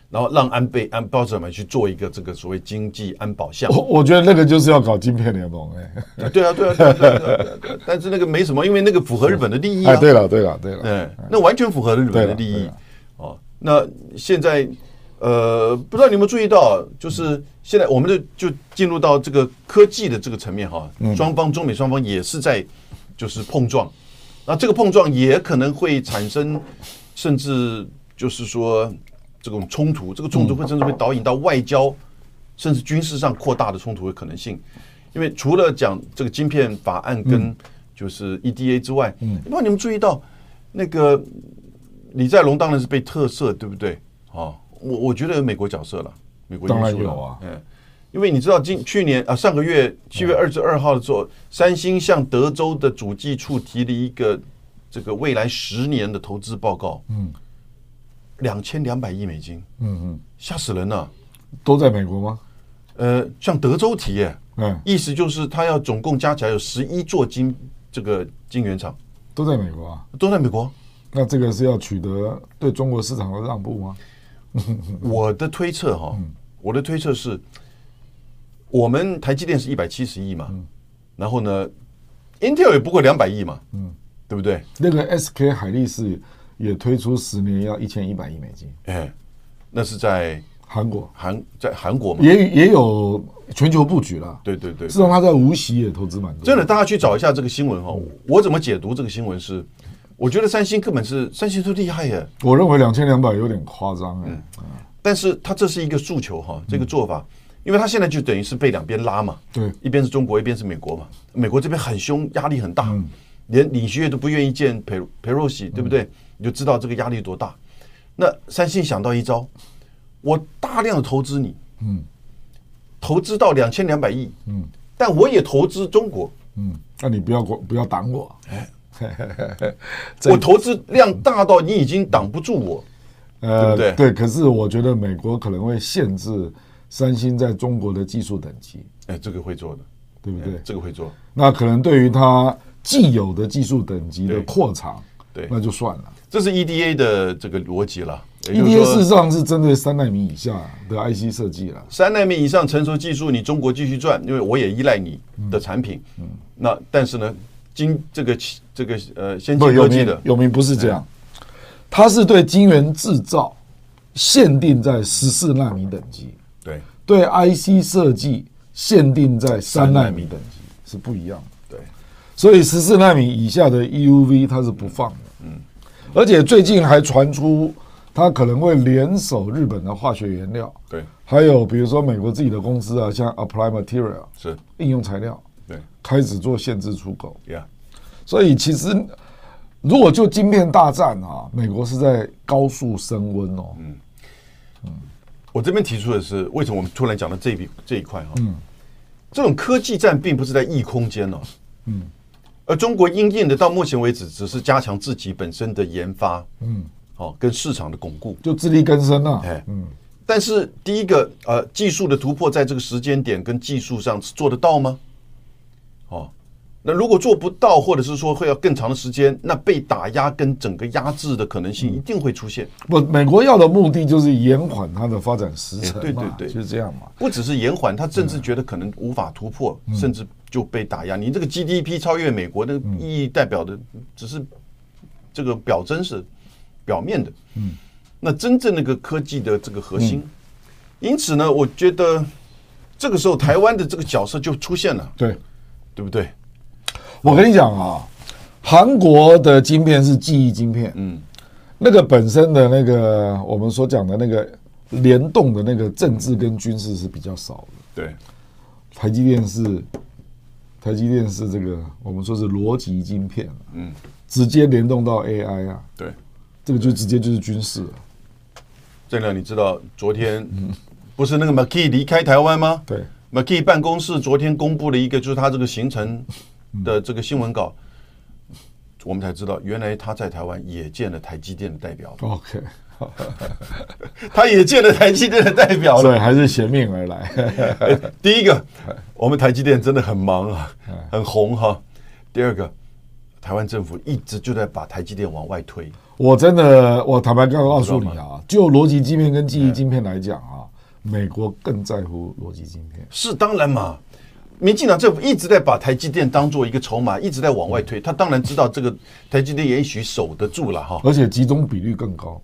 Speaker 1: 然后让安倍安保者们去做一个这个所谓经济安保项
Speaker 4: 我
Speaker 1: 目。
Speaker 4: 我觉得那个就是要搞晶片联盟哎、
Speaker 1: 对啊，对啊，对啊，对啊对啊对啊对啊但是那个没什么，因为那个符合日本的利益啊。
Speaker 4: 哎，对了对了对了，
Speaker 1: 嗯，那完全符合日本的利
Speaker 4: 对了对
Speaker 1: 益
Speaker 4: 了。
Speaker 1: 哦，那现在呃，不知道你有没有注意到，就是现在我们的就进入到这个科技的这个层面哈，双方中美双方也是在就是碰撞，那这个碰撞也可能会产生，甚至就是说这种冲突，这个冲突会甚至会导引到外交。甚至军事上扩大的冲突的可能性。因为除了讲这个晶片法案跟就是 EDA 之外，嗯，不知道你们注意到那个李在龙当然是被特赦，对不对？哦，我我觉得有美国角色了，美国因素
Speaker 4: 当然
Speaker 1: 了
Speaker 4: 有啊
Speaker 1: 嗯。因为你知道，今去年啊，上个月七月二十二号的时候，三星向德州的主计处提了一个这个未来十年的投资报告，嗯，两千两百亿美金，
Speaker 4: 嗯嗯，
Speaker 1: 吓死人了、
Speaker 4: 都在美国吗？
Speaker 1: 呃，像德州提耶，
Speaker 4: 嗯，
Speaker 1: 意思就是它要总共加起来有十一座晶这个晶圆厂，
Speaker 4: 都在美国啊。
Speaker 1: 都在美国。
Speaker 4: 那这个是要取得对中国市场的让步吗？
Speaker 1: 我的推测哈，我的推测是，我们台积电是一百七十亿嘛，然后呢，Intel 也不过两百亿嘛，嗯，对不对？
Speaker 4: 那个 SK 海力士也推出十年要一千一百亿美金，
Speaker 1: 哎，那是在
Speaker 4: 韩国
Speaker 1: 韩在韩国嘛？
Speaker 4: 也也有全球布局啦。
Speaker 1: 对对对，
Speaker 4: 自从他在无锡也投资蛮多，
Speaker 1: 真的，大家去找一下这个新闻哈。我怎么解读这个新闻是，我觉得三星根本是三星都厉害耶。
Speaker 4: 我认为两千两百有点夸张
Speaker 1: 嗯
Speaker 4: 哎。
Speaker 1: 但是他这是一个诉求哈，这个做法，因为他现在就等于是被两边拉嘛，
Speaker 4: 对
Speaker 1: 一边是中国，一边是美国嘛，美国这边很凶，压力很大，连领学院都不愿意见佩佩洛西，对不对？你就知道这个压力多大。那三星想到一招，我大量的投资你，嗯，投资到两千两百亿，嗯，但我也投资中国，
Speaker 4: 嗯，那你不要管不要挡我，
Speaker 1: 我投资量大到你已经挡不住我，对不
Speaker 4: 呃
Speaker 1: 对
Speaker 4: 可是我觉得美国可能会限制三星在中国的技术等级，
Speaker 1: 哎，这个会做的，
Speaker 4: 对不
Speaker 1: 哎
Speaker 4: 对？
Speaker 1: 这个会做，
Speaker 4: 那可能对于它既有的技术等级的
Speaker 1: 对
Speaker 4: 扩张，
Speaker 1: 对
Speaker 4: 那就算了。E
Speaker 1: 这是 EDA 的这个逻辑了。也 E 就是
Speaker 4: EDA
Speaker 1: 说
Speaker 4: 事实上是针对三纳米以下的 IC 设计了。
Speaker 1: 三纳米以上成熟技术，你中国继续赚，因为我也依赖你的产品。那但是呢，今这个这个呃先
Speaker 4: 不，
Speaker 1: 进
Speaker 4: 有
Speaker 1: 科技
Speaker 4: 名
Speaker 1: 的，哎
Speaker 4: 有名不是这样，它是对晶圆制造限定在十四纳米等级，
Speaker 1: 对
Speaker 4: 对 IC 设计限定在三纳米等级是不一样的。
Speaker 1: 对，
Speaker 4: 所以十四纳米以下的 EUV 它是不放的。嗯，而且最近还传出它可能会联手日本的化学原料，
Speaker 1: 对，
Speaker 4: 还有比如说美国自己的公司啊，像 Applied Material
Speaker 1: 是，
Speaker 4: 应用材料
Speaker 1: 对
Speaker 4: 开始做限制出口。
Speaker 1: ，Yeah，
Speaker 4: 所以其实如果就晶片大战啊，美国是在高速升温哦。
Speaker 1: 嗯我这边提出的是，为什么我们突然讲到这一笔这一块哈？这种科技战并不是在异空间哦。而中国因应的到目前为止，只是加强自己本身的研发，嗯，哦，跟市场的巩固。
Speaker 4: 就自力更生啊，
Speaker 1: 哎，嗯。但是第一个，呃，技术的突破在这个时间点跟技术上是做得到吗？哦，那如果做不到，或者是说会要更长的时间，那被打压跟整个压制的可能性一定会出现，
Speaker 4: 不，美国要的目的就是延缓它的发展时程嘛，
Speaker 1: 对对对
Speaker 4: 就是这样嘛。
Speaker 1: 不只是延缓，他甚至觉得可能无法突破，甚至就被打压。你这个 GDP 超越美国，那个意义代表的只是这个表征是表面的，嗯，那真正那个科技的这个核心，因此呢，我觉得这个时候台湾的这个角色就出现了，
Speaker 4: 对，
Speaker 1: 对不对？
Speaker 4: 我跟你讲啊，韩国的晶片是记忆晶片，嗯，那个本身的那个我们所讲的那个联动的那个政治跟军事是比较少的。
Speaker 1: 对，
Speaker 4: 台积电是台积电是这个我们说是逻辑晶片、嗯，直接联动到 AI 啊，
Speaker 1: 对，
Speaker 4: 这个就直接就是军事了，
Speaker 1: 郑亮，你知道昨天不是那个 McKee 离开台湾吗？
Speaker 4: 对
Speaker 1: ，McKee 办公室昨天公布了一个，就是他这个行程的这个新闻稿，我们才知道原来他在台湾也见了台积电的代表，
Speaker 4: ，OK，
Speaker 1: 他也见了台积电的代表 了。
Speaker 4: 所以还是衔命而来，
Speaker 1: 哎第一个，我们台积电真的很忙啊，很红哈、第二个，台湾政府一直就在把台积电往外推，
Speaker 4: 我真的，我坦白告诉你啊，就逻辑晶片跟记忆晶片来讲啊，美国更在乎逻辑晶片。
Speaker 1: 是当然嘛。民进党政府一直在把台积电当做一个筹码，一直在往外推。他当然知道这个台积电也许守得住了哈。
Speaker 4: 而且集中比率更高。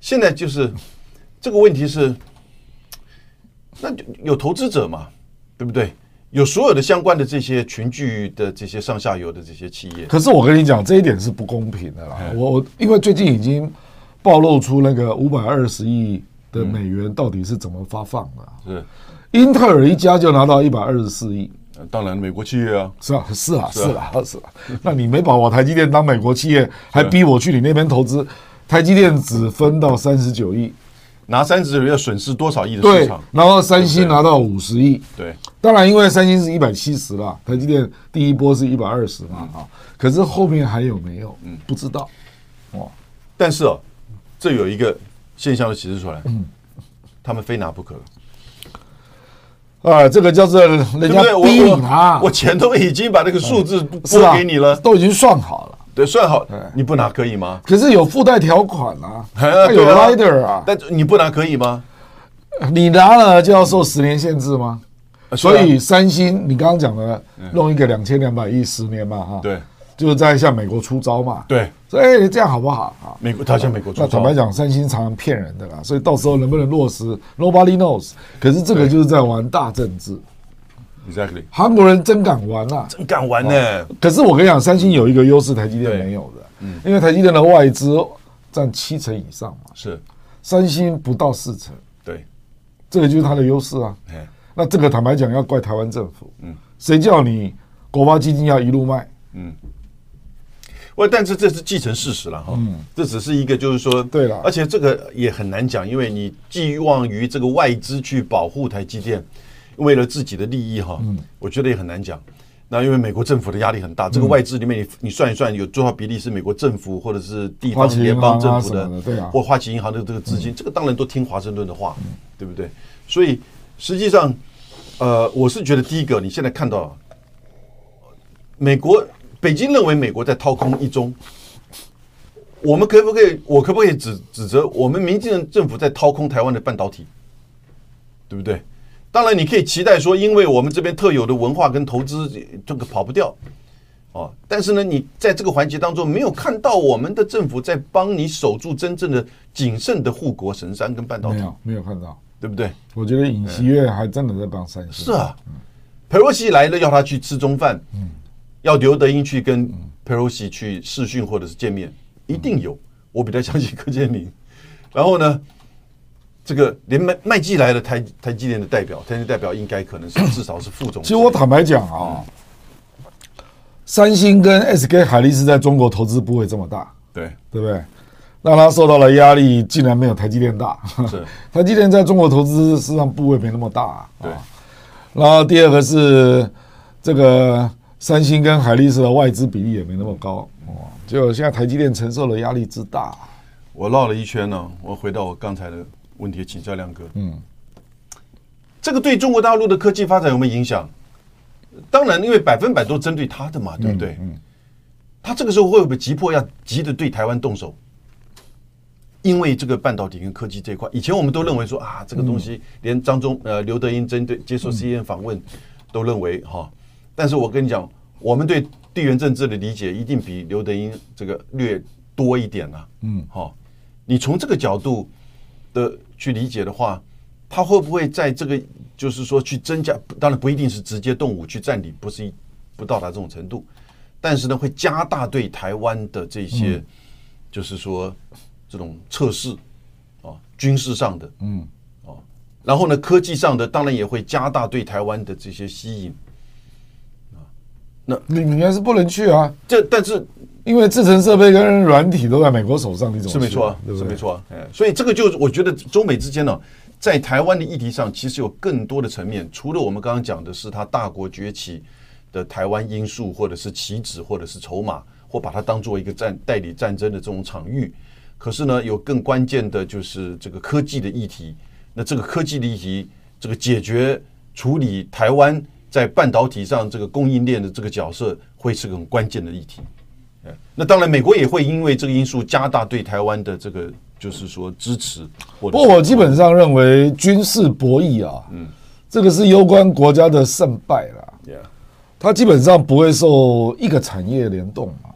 Speaker 1: 现在就是这个问题是，那就有投资者嘛，对不对？有所有的相关的这些群聚的这些上下游的这些企业，
Speaker 4: 可是我跟你讲，这一点是不公平的啦。我我因为最近已经暴露出那个五百二十亿的美元到底是怎么发放的啊、
Speaker 1: 是
Speaker 4: 英特尔一家就拿到一百二十四亿，
Speaker 1: 呃当然美国企业啊，
Speaker 4: 是啊，是啊，是啊，是啊。那你没把我台积电当美国企业，还逼我去你那边投资，台积电只分到三十九亿，
Speaker 1: 拿三十要损失多少亿的市
Speaker 4: 对
Speaker 1: 场？，
Speaker 4: 然后三星拿到五十亿，
Speaker 1: 对，
Speaker 4: 当然因为三星是一百七十啦，台积电第一波是一百二十嘛啊，可是后面还有没有？不知道。
Speaker 1: 但是哦，这有一个现象的启示出来，
Speaker 4: 嗯
Speaker 1: 他们非拿不可，
Speaker 4: 啊，这个叫做人
Speaker 1: 对
Speaker 4: 家
Speaker 1: 不对？我
Speaker 4: 逼你
Speaker 1: 我
Speaker 4: 啊，
Speaker 1: 我钱都已经把那个数字
Speaker 4: 是
Speaker 1: 拨
Speaker 4: 啊
Speaker 1: 给你了，
Speaker 4: 都已经算好了。
Speaker 1: 对，算好，你不拿可以吗？
Speaker 4: 可是有附带条款啊，
Speaker 1: 哎
Speaker 4: 有
Speaker 1: 对啊
Speaker 4: rider 啊，
Speaker 1: 但你不拿可以吗？
Speaker 4: 你拿了就要受十年限制吗？
Speaker 1: 呃
Speaker 4: 所以三星，你刚刚讲的弄一个两千两百亿十年嘛，哈，
Speaker 1: 对，
Speaker 4: 就是在向美国出招嘛，，
Speaker 1: 对
Speaker 4: 所以这样好不好啊？
Speaker 1: 美国，他向美国出
Speaker 4: 那坦白
Speaker 1: 招，
Speaker 4: 讲，三星常常骗人的啦，所以到时候能不能落实，nobody knows。可是这个就是在玩大政治，
Speaker 1: exactly，
Speaker 4: 韩国人真敢玩啊！
Speaker 1: 真敢玩呢，
Speaker 4: 可是我跟你讲，三星有一个优势，台积电
Speaker 1: 对
Speaker 4: 没有的，因为台积电的外资占七成以上嘛，
Speaker 1: 是
Speaker 4: 三星不到四成，
Speaker 1: 对，
Speaker 4: 这个就是它的优势啊。
Speaker 1: 哎，
Speaker 4: 那这个坦白讲，要怪台湾政府，嗯，谁叫你国发基金要一路卖？
Speaker 1: 我但是这是既成事实了哈，这只是一个就是说，
Speaker 4: 对啦
Speaker 1: 而且这个也很难讲，因为你寄望于这个外资去保护台积电，为了自己的利益哈，我觉得也很难讲。那因为美国政府的压力很大，这个外资里面你你算一算，有多少比例是美国政府或者是地
Speaker 4: 花
Speaker 1: 方
Speaker 4: 旗银
Speaker 1: 联
Speaker 4: 行啊
Speaker 1: 邦政府
Speaker 4: 什么的对啊嗯
Speaker 1: 或花旗银行的这个资金，这个当然都听华盛顿的话，对不对？所以实际上，呃，我是觉得第一个，你现在看到美国北京认为美国在掏空一中，我们可不可以？我可不可以指指责我们民进政府在掏空台湾的半导体，对不对？当然，你可以期待说，因为我们这边特有的文化跟投资，这个跑不掉哦。但是呢，你在这个环节当中没有看到我们的政府在帮你守住真正的谨慎的护国神山跟半导
Speaker 4: 没
Speaker 1: 体，
Speaker 4: 有，没有看到。
Speaker 1: 对不对？
Speaker 4: 我觉得尹锡悦还真的在帮三星。
Speaker 1: 是啊，佩洛西来了，要他去吃中饭，要刘德英去跟佩洛西去视讯或者是见面，一定有。我比较相信柯建明。然后呢，这个连麦麦基来了，台台积电的代表，台积电代表应该可能是至少是副总。
Speaker 4: 其实我坦白讲啊，三星跟 SK 海力士在中国投资不会这么大，
Speaker 1: 对
Speaker 4: 对不对？那它受到了压力，竟然没有台积电大。
Speaker 1: 是
Speaker 4: 台积电在中国投资市场部位没那么大、啊。
Speaker 1: 对
Speaker 4: 然后第二个是这个三星跟海力士的外资比例也没那么高。哦，就现在台积电承受的压力之大，
Speaker 1: 我绕了一圈呢，我回到我刚才的问题，请教亮哥。嗯，这个对中国大陆的科技发展有没有影响？当然，因为百分百都针对他的嘛，对不对？他这个时候会不会急迫要急着对台湾动手？因为这个半导体跟科技这一块，以前我们都认为说啊，这个东西连张忠呃刘德英针对接受 CNN 访问都认为哈，但是我跟你讲，我们对地缘政治的理解一定比刘德英这个略多一点啊。嗯，哈，你从这个角度的去理解的话，他会不会在这个就是说去增加？当然不一定是直接动武去占领，不是一不到达这种程度，但是呢，会加大对台湾的这些、就是说这种测试啊，军事上的，嗯，啊，然后呢，科技上的当然也会加大对台湾的这些吸引。
Speaker 4: 你你还是不能去啊，
Speaker 1: 这但是
Speaker 4: 因为制程设备跟软体都在美国手上，你怎么
Speaker 1: 是没
Speaker 4: 去
Speaker 1: 错啊，
Speaker 4: 对不
Speaker 1: 是
Speaker 4: 对
Speaker 1: 没？错啊。哎，所以这个就是我觉得中美之间呢、在台湾的议题上，其实有更多的层面，除了我们刚刚讲的是它大国崛起的台湾因素，或者是棋子，或者是筹码，或把它当做一个战代理战争的这种场域。可是呢，有更关键的就是这个科技的议题。那这个科技的议题，这个解决处理台湾在半导体上这个供应链的这个角色，会是个很关键的议题。哎那当然，美国也会因为这个因素加大对台湾的这个，就是说支持或者是。不
Speaker 4: 不过我基本上认为军事博弈啊，嗯，这个是攸关国家的胜败啦。它基本上不会受一个产业联动嘛。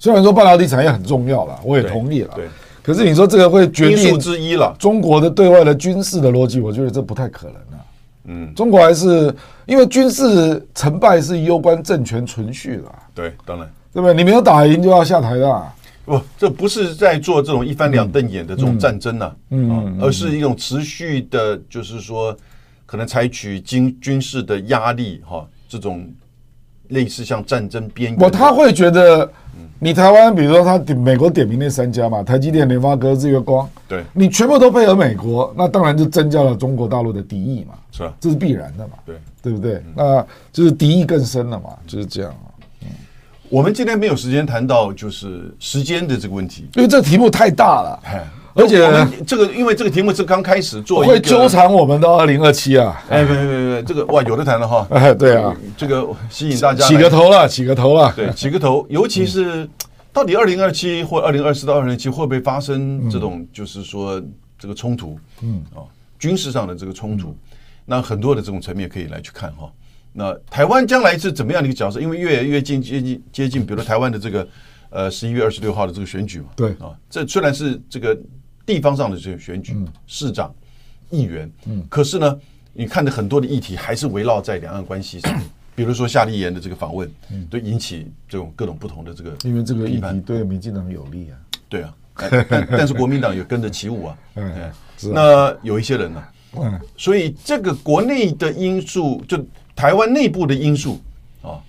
Speaker 4: 虽然说半导体产业很重要啦，我也
Speaker 1: 对
Speaker 4: 同意啦。
Speaker 1: 对。
Speaker 4: 可是你说这个会决
Speaker 1: 因素
Speaker 4: 定
Speaker 1: 之一了。
Speaker 4: 中国的对外的军事的逻辑，我觉得这不太可能啊。嗯，中国还是因为军事成败是攸关政权存续的啊、
Speaker 1: 对，当然
Speaker 4: 对不对？你没有打赢就要下台的啊、
Speaker 1: 不，这不是在做这种一翻两瞪眼的这种战争呢，嗯，而是一种持续的，就是说可能采取军军事的压力哈、这种类似像战争边缘的。
Speaker 4: 我他会觉得，你台湾，比如说他点美国点名那三家嘛，台积电、联发科、日月光，
Speaker 1: 对
Speaker 4: 你全部都配合美国，那当然就增加了中国大陆的敌意嘛，
Speaker 1: 是啊，
Speaker 4: 这是必然的嘛，
Speaker 1: 对。嗯
Speaker 4: 对不对？那就是敌意更深了嘛，就是这样啊。
Speaker 1: 我们今天没有时间谈到就是时间的这个问题，
Speaker 4: 因为这题目太大了，而且
Speaker 1: 我们这个因为这个题目是刚开始做哦一个
Speaker 4: 会纠。缠我们到二零二七啊。
Speaker 1: 哎，不不不不，这个哇有的谈了哈。
Speaker 4: 哎，对啊，
Speaker 1: 这个吸引大家
Speaker 4: 起
Speaker 1: 来
Speaker 4: 个头嗯了，起个头了。
Speaker 1: 对，起个头，尤其是到底二零二七或二零二四到二零七会不会发
Speaker 4: 嗯
Speaker 1: 生这种，就是说这个冲突，嗯，啊，军事上的这个冲突，
Speaker 4: 嗯
Speaker 1: 那很多的这种层面可以来去看哈。那台湾将来是怎么样的一个角色？因为越来越近接近接近，比如说台湾的这个呃十一月二十六号的这个选举嘛，
Speaker 4: 对
Speaker 1: 啊，这虽然是这个地方上的这个选
Speaker 4: 嗯
Speaker 1: 举，市长、议员，嗯，可是呢，你看的很多的议题还是围绕在两岸关系上，比如说夏立言的这个访问，都引起这种各种不同的这个
Speaker 4: 嗯因为这个
Speaker 1: 批
Speaker 4: 议
Speaker 1: 判
Speaker 4: 题对民进党有利啊。
Speaker 1: 对啊，但但但是国民党也跟着起舞啊。
Speaker 4: 嗯
Speaker 1: 哎
Speaker 4: 是啊
Speaker 1: 那有一些人呢、
Speaker 4: 嗯，
Speaker 1: 所以这个国内的因素，就台湾内部的因素啊，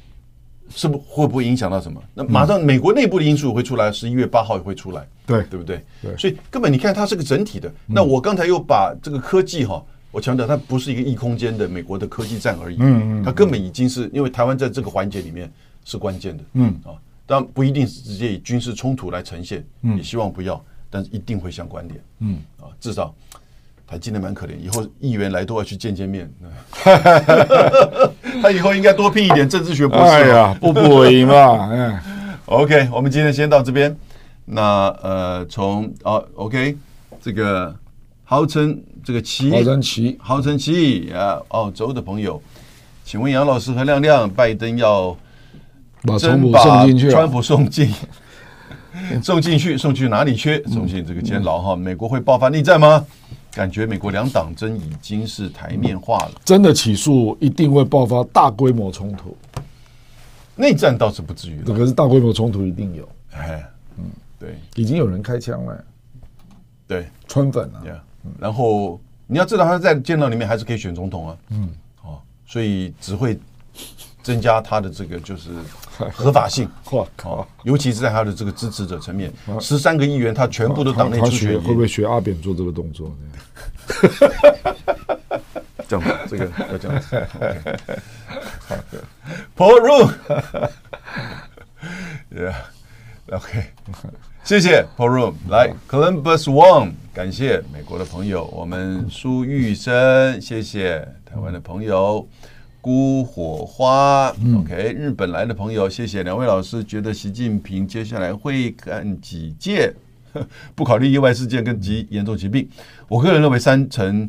Speaker 1: 是不会不会影响到什么？那马上美国内部的因素会出来，十一月八号也会出来，
Speaker 4: 对
Speaker 1: 对不对？嗯
Speaker 4: 对
Speaker 1: 所以根本你看它是个整体的。那我刚才又把这个科技哈、我强调它不是一个异空间的美国的科技战而已，嗯嗯，它根本已经是因为台湾在这个环节里面是关键的，嗯啊，当然不一定是直接以军事冲突来呈现，也希望不要，但是一定会相关联，嗯啊，至少他今天蛮可怜，以后议员来都要去见见面。 他以后应该多聘一点政治学博士。啊
Speaker 4: 哎呀，步步为营嘛，哎。
Speaker 1: OK，我们今天先到这边。那呃，从哦 OK，这个豪城这个旗，
Speaker 4: 好神奇。
Speaker 1: 豪城旗啊，澳洲的朋友，请问杨老师和亮亮，拜登要
Speaker 4: 把川
Speaker 1: 真
Speaker 4: 普
Speaker 1: 把
Speaker 4: 送进去啊，
Speaker 1: 川普送 进，送进去，送去哪里去？送进这个监牢哈。美国会爆发内战吗？感觉美国两党争已经是台面化了，
Speaker 4: 真的起诉一定会爆发大规模冲突，
Speaker 1: 内战倒是不至于了。
Speaker 4: 可是大规模冲突一定有，
Speaker 1: 哎，嗯，对
Speaker 4: 已经有人开枪了，
Speaker 1: 对
Speaker 4: 川粉啊，
Speaker 1: ，Yeah。然嗯后你要知道，他在监牢里面还是可以选总统啊，嗯，哦，所以只会增加他的这个就是合法 性。
Speaker 4: 我
Speaker 1: 哦
Speaker 4: 靠，，
Speaker 1: 尤其是在他的这个支持者层面，十三个议员他全部都党内
Speaker 4: 啊他
Speaker 1: 初嗯
Speaker 4: 他
Speaker 1: 选
Speaker 4: 学
Speaker 1: 赢，
Speaker 4: 会不会学阿扁做这个动作呢？
Speaker 1: 这样子，这个要这样子。跑入，Yeah，OK，谢谢 p o r o o m 来 Columbus Wang，感谢美国的朋友，我们苏玉生，谢谢台湾的朋友。孤火花，OK，日
Speaker 4: 嗯
Speaker 1: 本来的朋友，谢谢两位老师。觉得习近平接下来会干几届？ 不考虑意外事件跟极严重疾病，我个人认为三成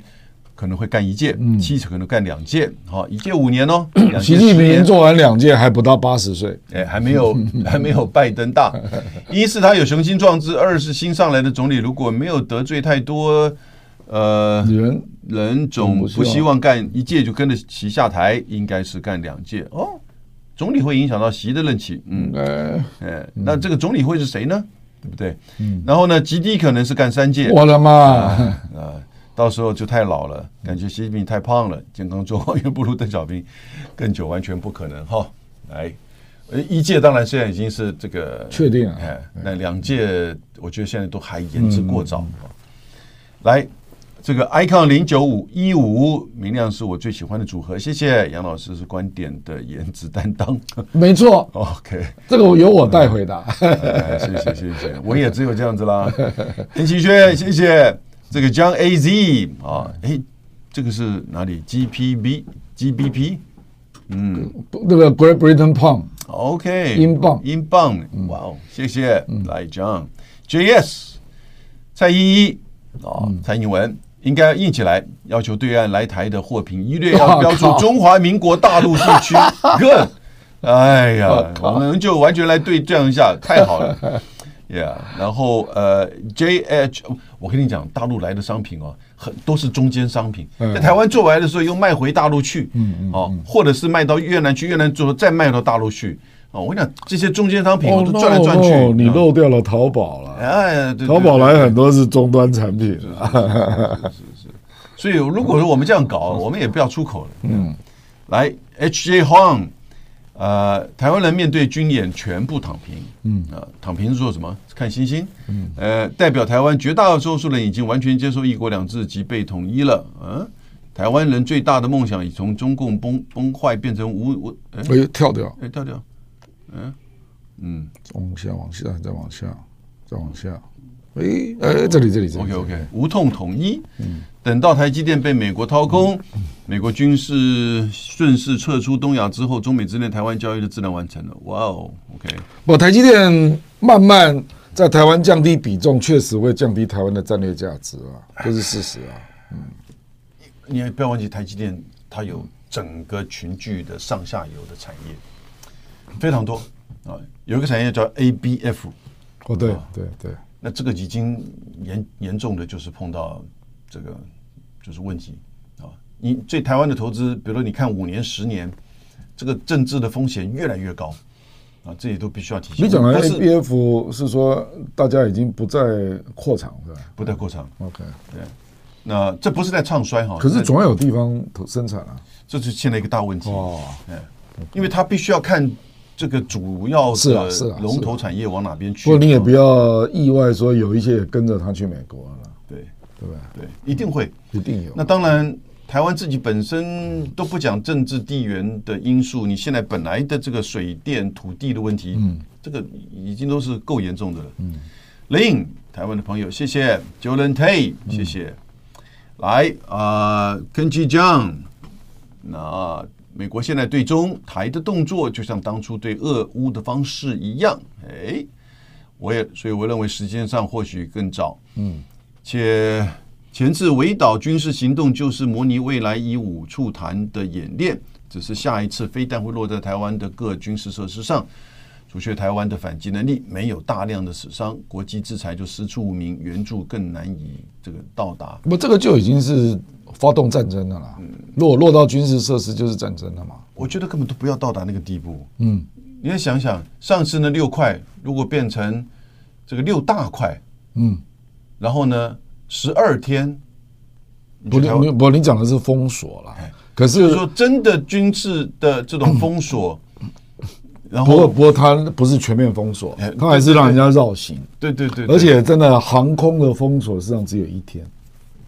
Speaker 1: 可能会干一届，七成可能干两届。好，一届五年哦，两届
Speaker 4: 嗯习近
Speaker 1: 十年
Speaker 4: 平做完两届还不到八十岁，
Speaker 1: 哎，还没 有还没有拜登大。一是他有雄心壮志，二是新上来的总理如果没有得罪太多，呃，
Speaker 4: 人
Speaker 1: 人总
Speaker 4: 不嗯希
Speaker 1: 不
Speaker 4: 望
Speaker 1: 希望干一届就跟着习下台，应该是干两届哦。总理会影响到习的任期，嗯，
Speaker 4: 哎，
Speaker 1: 哎，那这个总理会是谁呢？对不对？
Speaker 4: 嗯
Speaker 1: 然后呢，极低可能是干三届，
Speaker 4: 我的妈！
Speaker 1: 啊，到时候就太老了，感觉习近平太胖了，健康状况 又不如邓小平，更久完全不可能哈。来，呃，一届当然现在已经是这个
Speaker 4: 确定啊
Speaker 1: 哎，那两届我觉得现在都还言之过
Speaker 4: 嗯
Speaker 1: 早。哦来，这个 icon 零九五一五明亮是我最喜欢的组合，谢谢杨老师是观点的颜值担当。
Speaker 4: 没错，
Speaker 1: OK，
Speaker 4: 这个由我代回答。
Speaker 1: 哎谢谢谢谢，我也只有这样子啦。田奇轩，谢谢这个 John A Z 啊，哎，这个是哪里？G P B G B P
Speaker 4: 那个 Great Britain Pound
Speaker 1: OK，
Speaker 4: 英镑嗯
Speaker 1: 英镑，哇哦，谢谢，来 John，JS，蔡依依啊，
Speaker 4: 嗯
Speaker 1: 蔡英文应该硬起来，要求对岸来台的货品一律 要
Speaker 4: 哇
Speaker 1: 标注
Speaker 4: 靠
Speaker 1: 中华民国大陆地区。Good，哎呀
Speaker 4: 我，
Speaker 1: 我
Speaker 4: 靠
Speaker 1: 们就完全来对战一下，太好 了。Yeah，然后呃，JH，我跟你讲，大陆来的商品哦，很都是中间商品，
Speaker 4: 嗯
Speaker 1: 在台湾做完的时候又卖回大陆去，哦，或者是卖到越南去，越南之后再卖到大陆去，哦，我跟你讲，这些中间商品我都哦转来转去
Speaker 4: Oh no, no，，你
Speaker 1: 嗯
Speaker 4: 漏掉了淘宝了。
Speaker 1: 哎，对
Speaker 4: 淘宝，来很多是终端产品啊，
Speaker 1: 对对所以如果说我们这样搞，我们也不要出口了，嗯，来，HJ Huang，呃，台湾人面对军演全部躺平，嗯啊，躺平是做什么？看星星，嗯，呃，代表台湾绝大多数人已经完全接受一国两制及被统一了，嗯、台湾人最大的梦想已从中共崩崩坏变成无无，哎
Speaker 4: 哎呦跳掉，
Speaker 1: 哎，调调，嗯嗯
Speaker 4: 往下啊往下再往下再往下，哎哎这里这里这里
Speaker 1: ，OK
Speaker 4: 这里
Speaker 1: OK，无痛统一。等到台积电被美国掏空，美国军事顺势撤出东亚之后，中美之间台湾交易就自然完成了。哇哦，OK，
Speaker 4: 不，台积电慢慢在台湾降低比重，确实会降低台湾的战略价值啊，这是事实啊。
Speaker 1: 你也不要忘记台积电它有整个群聚的上下游的产业非常多啊，有一个产业叫 ABF，
Speaker 4: 哦，对对对，
Speaker 1: 那这个已经严严重的就是碰到这个就是问题啊。你对台湾的投资，比如说你看五年、十年，这个政治的风险越来越高啊，这也都必须要提醒。
Speaker 4: 你讲哎的
Speaker 1: 但是
Speaker 4: ABF 是说大家已经不再扩产是吧
Speaker 1: 不太过长，
Speaker 4: ？OK，
Speaker 1: 对。那这不是在唱衰哈，
Speaker 4: 可是
Speaker 1: 那
Speaker 4: 总要有地方投生产啊。
Speaker 1: 这是现在一个大问题，
Speaker 4: 哦
Speaker 1: 嗯，因为他必须要看这个主要
Speaker 4: 是啊
Speaker 1: 的
Speaker 4: 是啊是
Speaker 1: 龙
Speaker 4: 啊
Speaker 1: 头产业往哪边去。哦
Speaker 4: 不过你也不
Speaker 1: 要
Speaker 4: 要意外说有一些也跟着他去美国了，
Speaker 1: 对
Speaker 4: 对不对？
Speaker 1: 对，一定会。
Speaker 4: 一定有。
Speaker 1: 那当然，台湾自己本身都不讲政治地缘的因素，你现在本来的这个水电、土地的问题，嗯，这个已经都是够严重的了。嗯，雷影，台湾的朋友，谢谢 Jolan Tay，谢谢。来啊，根基 John，那美国现在对中台的动作，就像当初对俄乌的方式一样，哎。我也，所以我认为时间上或许更早。嗯，且前次围岛军事行动就是模拟未来以武促谈的演练，只是下一次飞弹会落在台湾的各军事设施上，除却台湾的反击能力没有大量的死伤，国际制裁就师出无名，援助更难以这个到达。
Speaker 4: 不，这个就已经是发动战争的啦。如果落到军事设施，就是战争了嘛。
Speaker 1: 我觉得根本都不要到达那个地步。
Speaker 4: 嗯，
Speaker 1: 你要想想，上次那六块如果变成这个六大块，
Speaker 4: 嗯，
Speaker 1: 然后呢，十二天，你
Speaker 4: 不，
Speaker 1: 觉得台湾
Speaker 4: 你不，你讲的是封锁啦。可
Speaker 1: 就是是说真的军事的这种封锁，然
Speaker 4: 嗯不过，
Speaker 1: 后
Speaker 4: 不过它不是全面封锁
Speaker 1: 哎，
Speaker 4: 它还是让人家绕行，
Speaker 1: 对对对，对
Speaker 4: 而且真的航空的封锁实际上只有一天，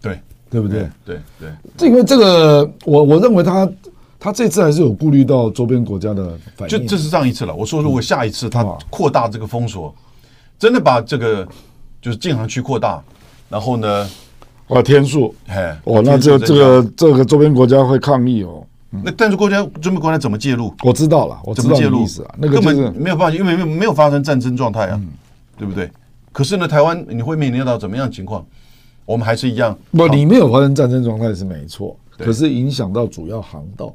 Speaker 1: 对
Speaker 4: 对不对？
Speaker 1: 对对，
Speaker 4: 这因为这个，我我认为他他这次还是有顾虑到周边国家的反
Speaker 1: 就
Speaker 4: 应，
Speaker 1: 这是上一次了。我说如
Speaker 4: 嗯
Speaker 1: 果下一次他
Speaker 4: 哇
Speaker 1: 扩大这个封锁，真的把这个就是禁航区扩大，然后呢，
Speaker 4: 啊天数，
Speaker 1: 哎，
Speaker 4: 哦，那这这个这个周边国家会抗议哦。
Speaker 1: 那但是国家中美国家怎么介入？
Speaker 4: 我知道了，我
Speaker 1: 怎
Speaker 4: 知
Speaker 1: 么
Speaker 4: 道你
Speaker 1: 介
Speaker 4: 的
Speaker 1: 入
Speaker 4: 意思啊，那个就
Speaker 1: 根
Speaker 4: 是嗯
Speaker 1: 本没有办法，因为没有没有发生战争状态啊，对不对？可是呢，台湾你会面临到怎么样的情况？我们还是一样，好
Speaker 4: 不，里面有发生战争状态是没错，
Speaker 1: 对
Speaker 4: 可是影响到主要航道，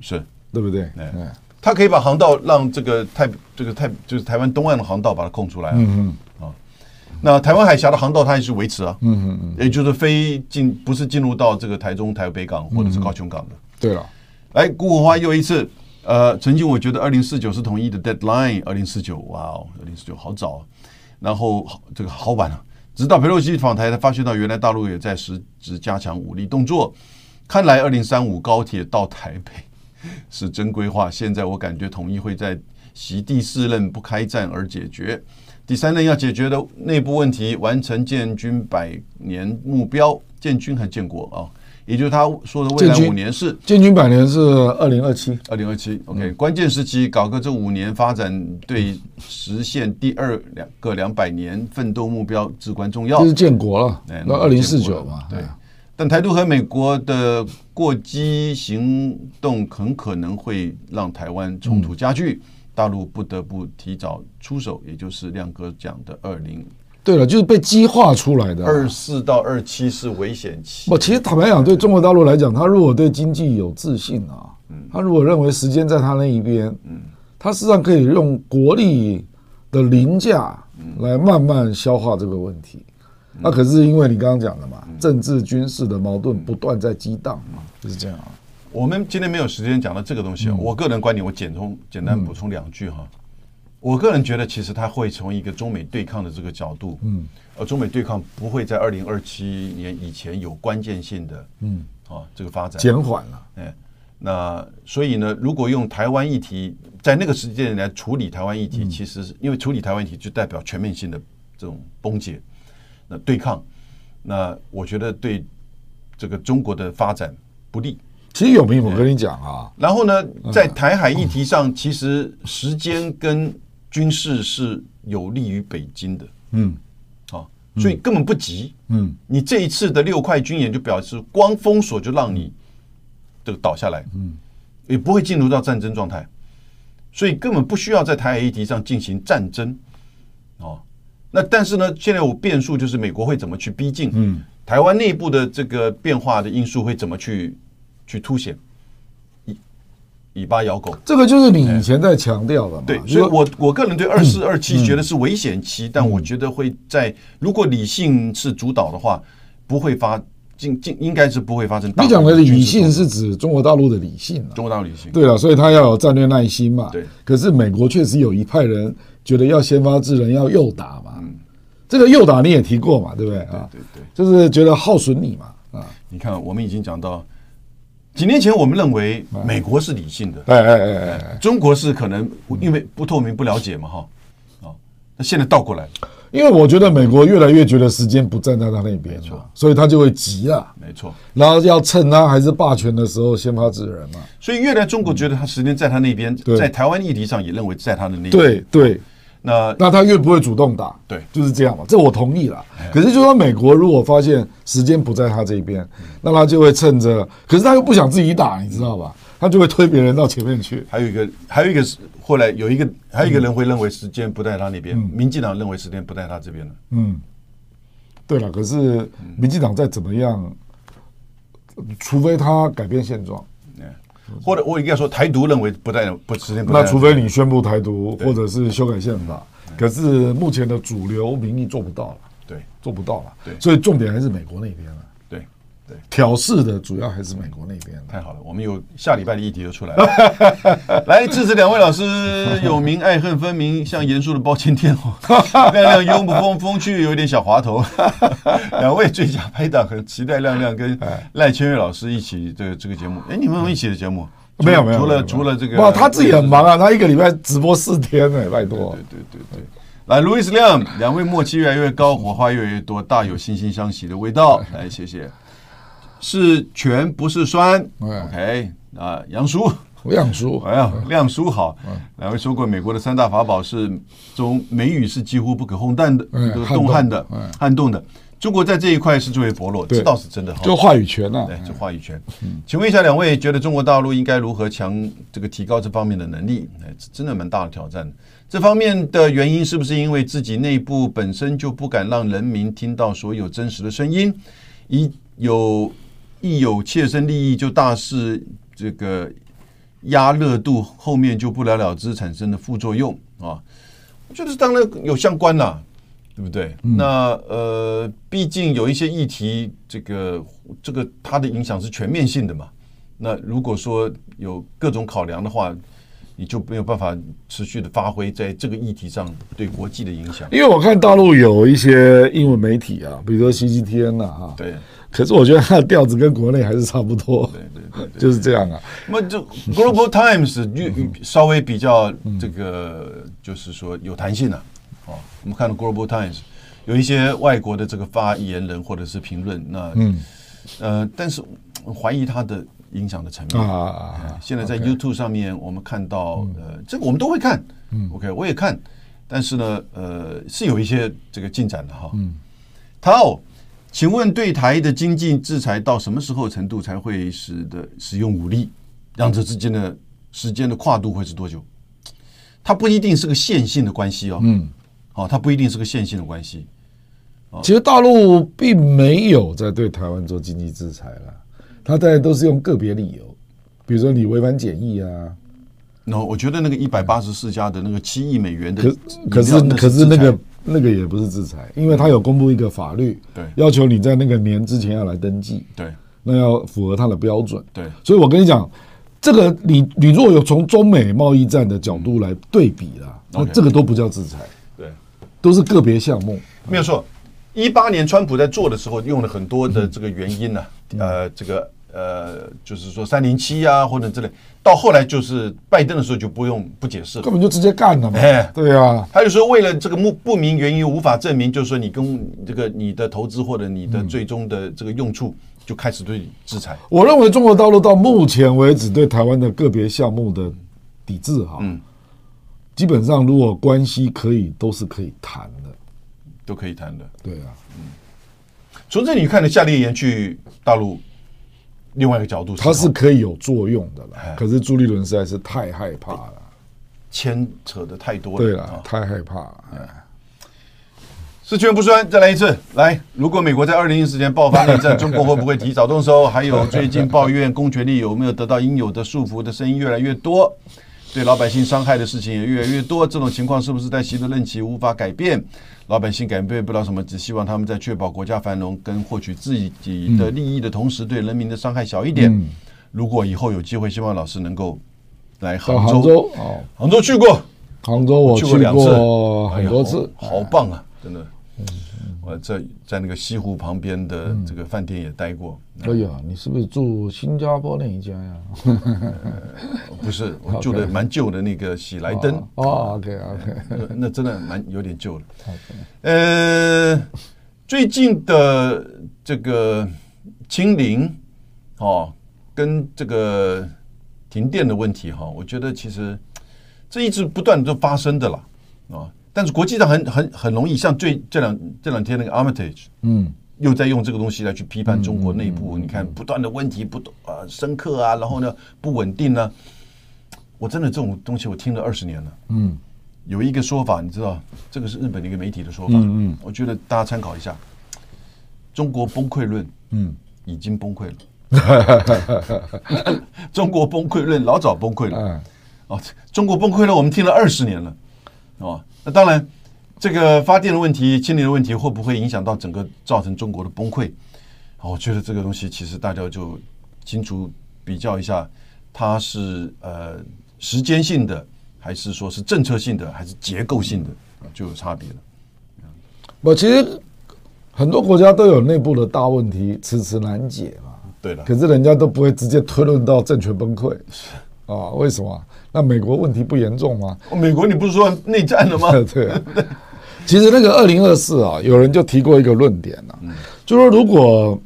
Speaker 1: 是
Speaker 4: 对不对？
Speaker 1: 哎
Speaker 4: 嗯，
Speaker 1: 他可以把航道让这个太这个太就是台湾东岸的航道把它空出来、啊，嗯嗯啊，那台湾海峡的航道它也是维持啊，嗯嗯嗯，也就是非进不是进入到这个台中、台北港或者是高雄港的。
Speaker 4: 对了，
Speaker 1: 来，哎顾火花又一次，呃，曾经我觉得二零四九是统一的 deadline，二零四九，哇哦，二零四九好早、啊，然后好这个好晚啊，直到佩洛西访台才发现到原来大陆也在实质加强武力动作，看来二零三五高铁到台北 是真规划，现在我感觉统一会在习第四任不开战而解决。第三任要解决的内部问题，完成建军百年目标，建军还建国啊，也就是他说的未来
Speaker 4: 建军
Speaker 1: 五年是
Speaker 4: 建军百年是二零二七，
Speaker 1: 二零二
Speaker 4: 嗯
Speaker 1: 七，OK，关键时期搞个这五年发展，对实现第二两个两百年奋斗目标至关重要
Speaker 4: 就。是建国了
Speaker 1: 哦哎，
Speaker 4: 那二零四九嘛，
Speaker 1: 对
Speaker 4: 哎。
Speaker 1: 但台独和美国的
Speaker 4: 嗯
Speaker 1: 过激行动很可能会让台湾冲突加剧，大陆不得不提早出手，也就是亮哥讲的二零
Speaker 4: 对了，就是被激化出来的啊。
Speaker 1: 二四到二七是危险期
Speaker 4: 不，。其实坦白讲，对中国大陆来讲，他如果对经济有自信啊，他如果认为时间在他那一边，他事实上可以用国力的凌驾来慢慢消化这个问题。那可是因为你刚刚讲的嘛，政治军事的矛盾不断在激荡嘛，就是这样啊。
Speaker 1: 我们今天没有时间讲到这个东西啊，我个人观点，我简中简单补充两句哈。我个人觉得，其实他会从一个中美对抗的这个角度，嗯，而中美对抗不会在二零二七年以前有关键性的，嗯，啊，这个发展
Speaker 4: 减缓了，
Speaker 1: 哎，那所以呢，如果用台湾议题在那个时间来处理台湾议题，其实是因为处理台湾议题就代表全面性的这种崩解，那对抗，那我觉得对这个中国的发展不利。
Speaker 4: 其实有明，我跟你讲啊，
Speaker 1: 然后呢，在台海议题上，其实时间跟军事是有利于北京的，
Speaker 4: 嗯，
Speaker 1: 啊，所以根本不急，
Speaker 4: 嗯，
Speaker 1: 你这一次的六块军演就表示光封锁就让你这个倒下来，嗯，也不会进入到战争状态，所以根本不需要在台海议题上进行战争，哦，那但是呢，现在有变数就是美国会怎么去逼近，嗯，台湾内部的这个变化的因素会怎么去去凸显，以尾巴咬狗。
Speaker 4: 这个就是你以前在强调的嘛。
Speaker 1: 对，
Speaker 4: 就是
Speaker 1: 所以我我个人对二
Speaker 4: 嗯
Speaker 1: 四二七觉得是危险期，但我觉得会在如果理性是主导的话，不会发进进应该是不会发生大
Speaker 4: 你
Speaker 1: 规
Speaker 4: 讲
Speaker 1: 模
Speaker 4: 的
Speaker 1: 军事冲突。
Speaker 4: 理性是指中国大陆的理性啊。
Speaker 1: 中国大陆理性，
Speaker 4: 对了，所以他要有战略耐心嘛。
Speaker 1: 对
Speaker 4: 可是美国确实有一派人觉得要先发制人，要诱打嘛。这个诱打你也提过嘛，对嗯不对啊？
Speaker 1: 对对，
Speaker 4: 就是觉得耗损你嘛。啊，
Speaker 1: 你看我们已经讲到几年前，我们认为
Speaker 4: 嗯
Speaker 1: 美国是理性的，
Speaker 4: 哎哎哎哎哎，
Speaker 1: 中国是可能因为不透明、不了解嘛，哈，啊，那现在倒过来了，
Speaker 4: 因为我觉得美国越来越觉得时间不站在他那边
Speaker 1: 错
Speaker 4: 了，所以他就会急啊，
Speaker 1: 没错。
Speaker 4: 然后要趁他还是霸权的时候先发制人嘛。
Speaker 1: 所以越来中国觉得他时间在他那边，
Speaker 4: 对
Speaker 1: 在台湾议题上也认为在他的那边。，
Speaker 4: 对对，
Speaker 1: 那
Speaker 4: 那他越不会主动打，
Speaker 1: 对
Speaker 4: 就是这样嘛，这我同意啦。可是就说美国如果发现时间不在他这边，那他就会趁着，可是他又不想自己打，你知道吧？他就会推别人到前面去。
Speaker 1: 还有一个，还有一个是后来有一个，还
Speaker 4: 嗯
Speaker 1: 有一个人会认为时间不在他那边，民进党认为时间不在他这边了。
Speaker 4: 嗯，对了，可是民进党再怎么样，除非他改变现状，
Speaker 1: 哎或者我应该说，台独认为不在不时间不在
Speaker 4: 那
Speaker 1: 他
Speaker 4: 除非你宣布台独或者是修改宪法，可是目前的主流民意做不到了，
Speaker 1: 对
Speaker 4: 做不到了。
Speaker 1: 对
Speaker 4: 所以重点还是美国那边了，
Speaker 1: 对对，
Speaker 4: 挑事的主要还是美国那边了。啊
Speaker 1: 太好了，我们有下礼拜的议题就出来了。 来，支持两位老师，有名爱恨分明，像严肃的包青天哦， 亮亮幽默风风趣，有一点小滑头。 两位最佳拍档，很期待亮亮跟
Speaker 4: 哎
Speaker 1: 赖千月老师一起这个这个节目。哎，你们有一起的节目？
Speaker 4: 没有没有，
Speaker 1: 除
Speaker 4: 没
Speaker 1: 了
Speaker 4: 有
Speaker 1: 除了这个，
Speaker 4: 哇，他自己很忙啊，他一个礼拜直播四天呢、拜托。
Speaker 1: 对对对对。来，Louis Lam，两位默契越来越高，火花越来越多，大有惺惺相惜的味 道。来，谢谢。是全不是酸
Speaker 4: 哎
Speaker 1: ，OK 啊，杨叔，
Speaker 4: 我想说，
Speaker 1: 哎呀，亮叔好。
Speaker 4: 哎
Speaker 1: 两位说过，美国的三大法宝是中美语是几乎不可轰蛋的，
Speaker 4: 哎
Speaker 1: 都
Speaker 4: 撼
Speaker 1: 动撼
Speaker 4: 动
Speaker 1: 的
Speaker 4: 哎，
Speaker 1: 撼动的。中国在这一块是最为薄弱，
Speaker 4: 对
Speaker 1: 这倒是真的哈。
Speaker 4: 就话语权啊，
Speaker 1: 对，这话语权。请问一下，两位觉得中国大陆应该如何强这个提高这方面的能力？哎，这真的蛮大的挑战的。这方面的原因是不是因为自己内部本身就不敢让人民听到所有真实的声音，一有一有切身利益就大肆这个压热度，后面就不了了之产生的副作用啊？我觉得当然有相关啦、对不对？那呃，毕竟有一些议题，这个这个它的影响是全面性的嘛。那如果说有各种考量的话，你就没有办法持续的发挥在这个议题上对国际的影响。
Speaker 4: 因为我看大陆有一些英文媒体啊，比如说 CGTN 呐、啊，哈，
Speaker 1: 对
Speaker 4: 可是我觉得它的调子跟国内还是差不多，
Speaker 1: 对对对对。
Speaker 4: 就是这样啊。
Speaker 1: 那就 Global Times 就稍微比较这个，就是说有弹性了、哦，我们看到 Global Times 有一些外国的这个发言人或者是评论，那嗯呃，但是我怀疑它的影响的层面。
Speaker 4: 啊，
Speaker 1: 嗯
Speaker 4: 嗯
Speaker 1: 现在在 YouTube 上面，我们看到，呃，这个我们都会看，OK，我也看，但是呢，呃，是有一些这个进展的哈。嗯，涛，请问对台的经济制裁到什么时候程度才会使得使用武力？两者之间的时间的跨度会是多久？它不一定是个线性的关系哦。嗯，好、它不一定是个线性的关系。哦
Speaker 4: 其实大陆并没有在对台湾做经济制裁了，他在都是用个别理由，比如说你违反检疫啊，
Speaker 1: 那我觉得那个一百八十四家的那个七亿美元的
Speaker 4: 可
Speaker 1: 饮料，
Speaker 4: 可是可是那
Speaker 1: 制裁
Speaker 4: 个那个也不是制裁，因为他有公布一个法律，
Speaker 1: 嗯对
Speaker 4: 要求你在那个年之前要来登记，
Speaker 1: 对
Speaker 4: 那要符合他的标准，
Speaker 1: 对
Speaker 4: 所以我跟你讲，这个你你如果有从中美贸易战的角度来对比啦，那
Speaker 1: OK
Speaker 4: 这个都不叫制裁，
Speaker 1: 对，
Speaker 4: 都是个别项目。
Speaker 1: 没有错。一八年川普在做的时候用了很多的这个原因呢、
Speaker 4: 嗯
Speaker 1: 呃，这个呃，就是说三零七啊或者之类，到后来就是拜登的时候就不用不解释了
Speaker 4: 根。本就直接干了嘛
Speaker 1: 哎。
Speaker 4: 对啊，
Speaker 1: 他就说，为了这个不不明原因无法证明，就是说你跟这个你的投资或者你的
Speaker 4: 嗯
Speaker 1: 最终的这个用处，就开始对你制裁。
Speaker 4: 我认为中国大陆到目前为止对台湾的个别项目的抵制哈，
Speaker 1: 嗯
Speaker 4: 基本上如果关系可以，都是可以谈的。
Speaker 1: 都可以谈的。
Speaker 4: 对啊，
Speaker 1: 从这里看呢，夏立言去大陆，另外一个角度是，
Speaker 4: 它是可以有作用的啦
Speaker 1: 哎。
Speaker 4: 可是朱立伦实在是太害怕了，
Speaker 1: 牵扯的太多了。
Speaker 4: 对
Speaker 1: 啊
Speaker 4: 了，太害怕了。哎
Speaker 1: 事权不专，再来一次。来，如果美国在二零一四年爆发内战，中国会不会提早动手？还有最近抱怨公权力有没有得到应有的束缚的声音越来越多，对老百姓伤害的事情也越来越多。这种情况是不是在习的任期无法改变？老百姓改变不了什么，只希望他们在确保国家繁荣跟获取自己的利益的同时，对人民的伤害小一点。如果以后有机会，希望老师能够来
Speaker 4: 到
Speaker 1: 杭州。
Speaker 4: 杭州哦，
Speaker 1: 杭州去过，
Speaker 4: 杭州我
Speaker 1: 去
Speaker 4: 去
Speaker 1: 过两次
Speaker 4: 过很多次，嗯
Speaker 1: 哎呦好好棒啊，真的。我在在那个西湖旁边的这个饭店也待过，
Speaker 4: 哎呀，你是不是住新加坡那一家呀？嗯
Speaker 1: 不是我住的蛮旧的那个喜来登，
Speaker 4: 哦，OK OK，
Speaker 1: 那 那真的蛮有点旧了。呃，最近的这个清零哦，跟这个停电的问题哈、我觉得其实这一直不断地都发生的啦啊、但是国际上很很很容易，像最这两这两天那个 Armitage，
Speaker 4: 嗯，
Speaker 1: 又在用这个东西来去批判中国内部，你看不断的问题不啊深刻啊，然后呢不稳定呢、我真的这种东西我听了二十年了。嗯，有一个说法，你知道，这个是日本的一个媒体的说法，嗯我觉得大家参考一下。中国崩溃论，嗯，已经崩溃了。 中国崩溃论老早崩溃了。
Speaker 4: 哎，
Speaker 1: 哦，中国崩溃了，我们听了二十年了，哦，那当然，这个发电的问题、清理的问题，会不会影响到整个造成中国的崩溃？哦，我觉得这个东西其实大家就清楚比较一下，它是呃时间性的，还是说是政策性的，还是结构性的，啊就有差别了。
Speaker 4: 我其实很多国家都有内部的大问题，迟迟难解嘛。
Speaker 1: 对了，
Speaker 4: 可是人家都不会直接推论到政权崩溃啊？为什么？那美国问题不严重吗？
Speaker 1: 哦美国你不是说内战了吗？
Speaker 4: 对啊。其实那个二零二四啊，有人就提过一个论点啊，
Speaker 1: 嗯
Speaker 4: 就说如果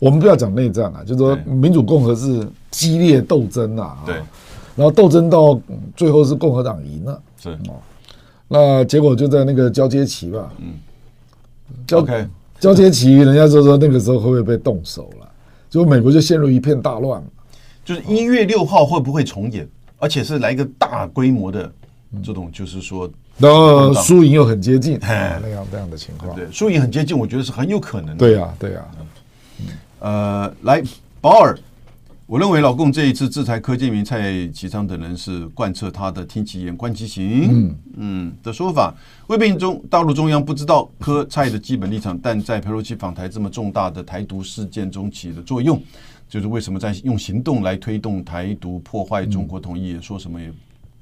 Speaker 4: 我们不要讲内战啊，就说
Speaker 1: 对
Speaker 4: 民主共和是激烈斗争啊，啊
Speaker 1: 对，
Speaker 4: 然后斗争到嗯最后是共和党赢了，
Speaker 1: 是嗯
Speaker 4: 那结果就在那个交接期吧，嗯，交
Speaker 1: OK
Speaker 4: 交接期，人家就说那个时候会不会被动手了？结果美国就陷入一片大乱嘛。
Speaker 1: 就是一月六号会不会重演，而且是来一个大规模的这种，就是说
Speaker 4: 然
Speaker 1: 动
Speaker 4: 后
Speaker 1: 荡
Speaker 4: 输赢又很接近，啊那样那样的情况。
Speaker 1: 对，输赢很接近，我觉得是很有可能的。，
Speaker 4: 对呀，对呀，啊
Speaker 1: 呃，来，保尔，我认为老共这一次制裁柯建明、蔡其昌等人是贯彻他的“听其言，观其行”嗯的说法。未必中大陆中央不知道柯蔡的基本立场，但在佩洛西访台这么重大的台独事件中起的作用，就是为什么在用行动来推动台独、破坏中国统一，也说什么也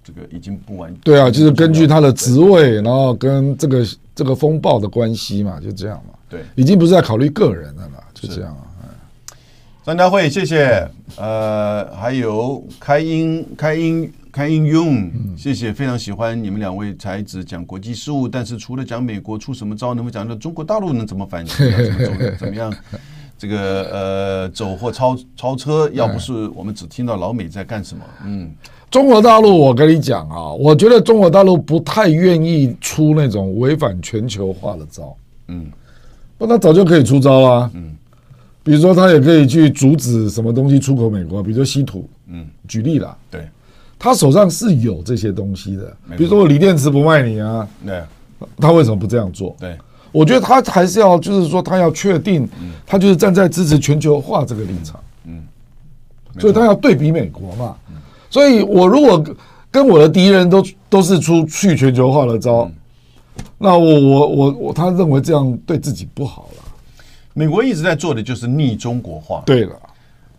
Speaker 1: 这个已经不完。
Speaker 4: 对啊，就是根据他的职位，然后跟这个这个风暴的关系嘛，就这样嘛。
Speaker 1: 对
Speaker 4: 已经不是在考虑个人了嘛，就这样啊。
Speaker 1: 张家慧，谢谢。呃，还有开音、开音、开音用，谢谢，非常喜欢你们两位才子讲国际事务，但是除了讲美国出什么招，能不能讲到中国大陆能怎么反击、啊，怎么走，怎么样？这个呃，走或超超车，要不是我们只听到老美在干什么，嗯，
Speaker 4: 中国大陆，我跟你讲啊，我觉得中国大陆不太愿意出那种违反全球化的招。
Speaker 1: 嗯，
Speaker 4: 不，他早就可以出招啦、嗯，比如说他也可以去阻止什么东西出口美国，比如说稀土。嗯，举例啦。
Speaker 1: 对，
Speaker 4: 他手上是有这些东西的
Speaker 1: 没，错
Speaker 4: 比如说我锂电池不卖你啊，
Speaker 1: 对
Speaker 4: 他为什么不这样做？
Speaker 1: 对，
Speaker 4: 我觉得他还是要，就是说他要确定，
Speaker 1: 嗯
Speaker 4: 他就是站在支持全球化这个立场，
Speaker 1: 没
Speaker 4: 所以
Speaker 1: 错
Speaker 4: 他要对比美国嘛。所以我如果跟我的敌人都都是出去全球化的
Speaker 1: 嗯
Speaker 4: 招，那我我我我，他认为这样对自己不好了。
Speaker 1: 美国一直在做的就是逆中国化，
Speaker 4: 对了，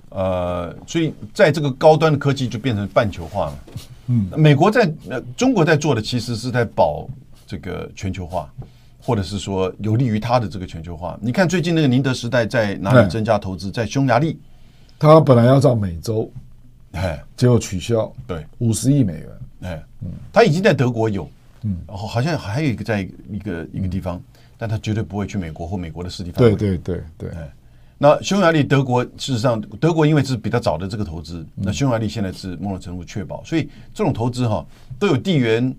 Speaker 1: 呃，所以在这个高端的科技就变成半球化了。嗯，美国在呃中国在做的其实是在保这个全球化，或者是说有利于它的这个全球化。你看最近那个宁德时代在哪
Speaker 4: 哎
Speaker 1: 里增加投资？在匈牙利，
Speaker 4: 他本来要到美洲，
Speaker 1: 哎，
Speaker 4: 结果取消，
Speaker 1: 对，
Speaker 4: 五十亿美元。
Speaker 1: 哎，他已经在德国有，嗯，然后好像还有一个在一个一个地方，但他绝对不会去美国或美国的势力范围。
Speaker 4: 对对对对，
Speaker 1: 哎那匈牙利、德国，事实上，德国因为是比较早的这个投资，那匈牙利现在是某种程度确保，所以这种投资哈都有地缘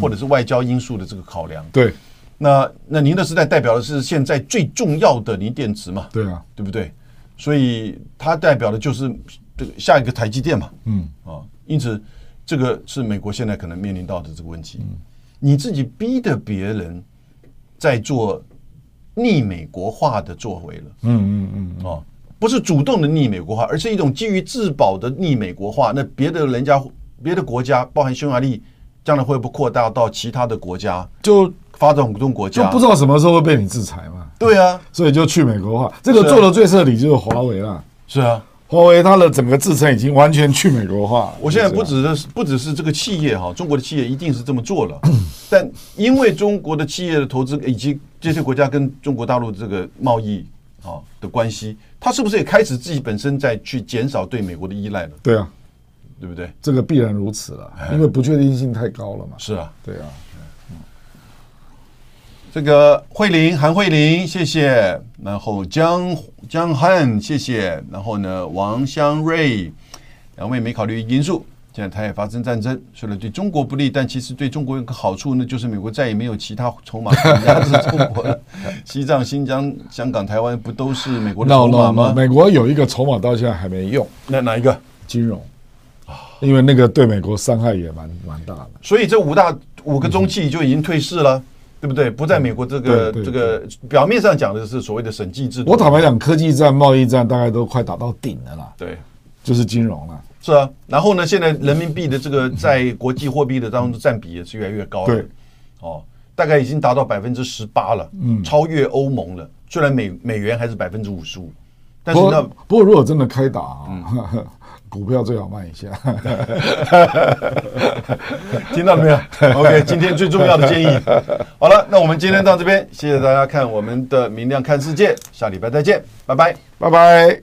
Speaker 1: 或者是外交因素的这个考量。
Speaker 4: 对
Speaker 1: 那那宁德时代代表的是现在最重要的锂电池嘛，
Speaker 4: 对啊，
Speaker 1: 对不对？所以它代表的就是这个下一个台积电嘛，嗯啊，因此这个是美国现在可能面临到的这个问题。你自己逼的别人在做逆美国化的作为了，
Speaker 4: 嗯嗯嗯，
Speaker 1: 啊，不是主动的逆美国化，而是一种基于自保的逆美国化。那别的人家、别的国家，包含匈牙利，将来会不会扩大到其他的国家、
Speaker 4: 就
Speaker 1: 发展中国
Speaker 4: 就
Speaker 1: 家？
Speaker 4: 不知道什么时候会被你制裁嘛，
Speaker 1: 对啊，
Speaker 4: 所以就去美国化。这个
Speaker 1: 是啊
Speaker 4: 做的最彻底就是华为啦。
Speaker 1: 是啊。
Speaker 4: 华为它的整个制程已经完全去美国化了。
Speaker 1: 我现在
Speaker 4: 就这
Speaker 1: 不
Speaker 4: 样
Speaker 1: 只是不只是这个企业哈，中国的企业一定是这么做了， 但因为中国的企业的投资以及这些国家跟中国大陆这个贸易啊的关系，它是不是也开始自己本身在去减少对美国的依赖了？
Speaker 4: 对啊，
Speaker 1: 对不对？
Speaker 4: 这个必然如此了，
Speaker 1: 哎
Speaker 4: 因为不确定性太高了嘛。
Speaker 1: 是啊，
Speaker 4: 对啊，
Speaker 1: 这个慧玲，韩慧玲，谢谢。然后江江汉，谢谢。然后呢，王香瑞，两位没考虑因素。现在台海发生战争，虽然对中国不利，但其实对中国有个好处呢，就是美国再也没有其他筹码可以压制中国呃了。西藏、新疆、香港、台湾不都是美 国的筹
Speaker 4: no
Speaker 1: 码
Speaker 4: no
Speaker 1: 吗
Speaker 4: no，美国有一个筹码到现在还没用，
Speaker 1: 那哪一个？
Speaker 4: 金融，
Speaker 1: 啊
Speaker 4: 因为那个对美国伤害也蛮蛮大的。
Speaker 1: 所以这五大五个中企就已经退市了，对不对？不在美国这个
Speaker 4: 对对
Speaker 1: 这个表面上讲的是所谓的审计制度。
Speaker 4: 我坦白讲，科技战、贸易战大概都快打到顶了啦，
Speaker 1: 对。
Speaker 4: 就是金融了。
Speaker 1: 是啊，然后呢，现在人民币的这个在国际货币的当中占比也是越来越高了。
Speaker 4: 对，
Speaker 1: 哦，大概已经达到百分之十八了，嗯，超越欧盟了。虽然美美元还是百分之五十五，但是嗯
Speaker 4: 不过
Speaker 1: 呢，
Speaker 4: 不过如果真的开打、啊， 股票最好卖一下。
Speaker 1: 听到了没有 ？OK，今天最重要的建议。好了，那我们今天到这边，谢谢大家看我们的《明亮看世界》，下礼拜再见，拜拜。
Speaker 4: 拜拜。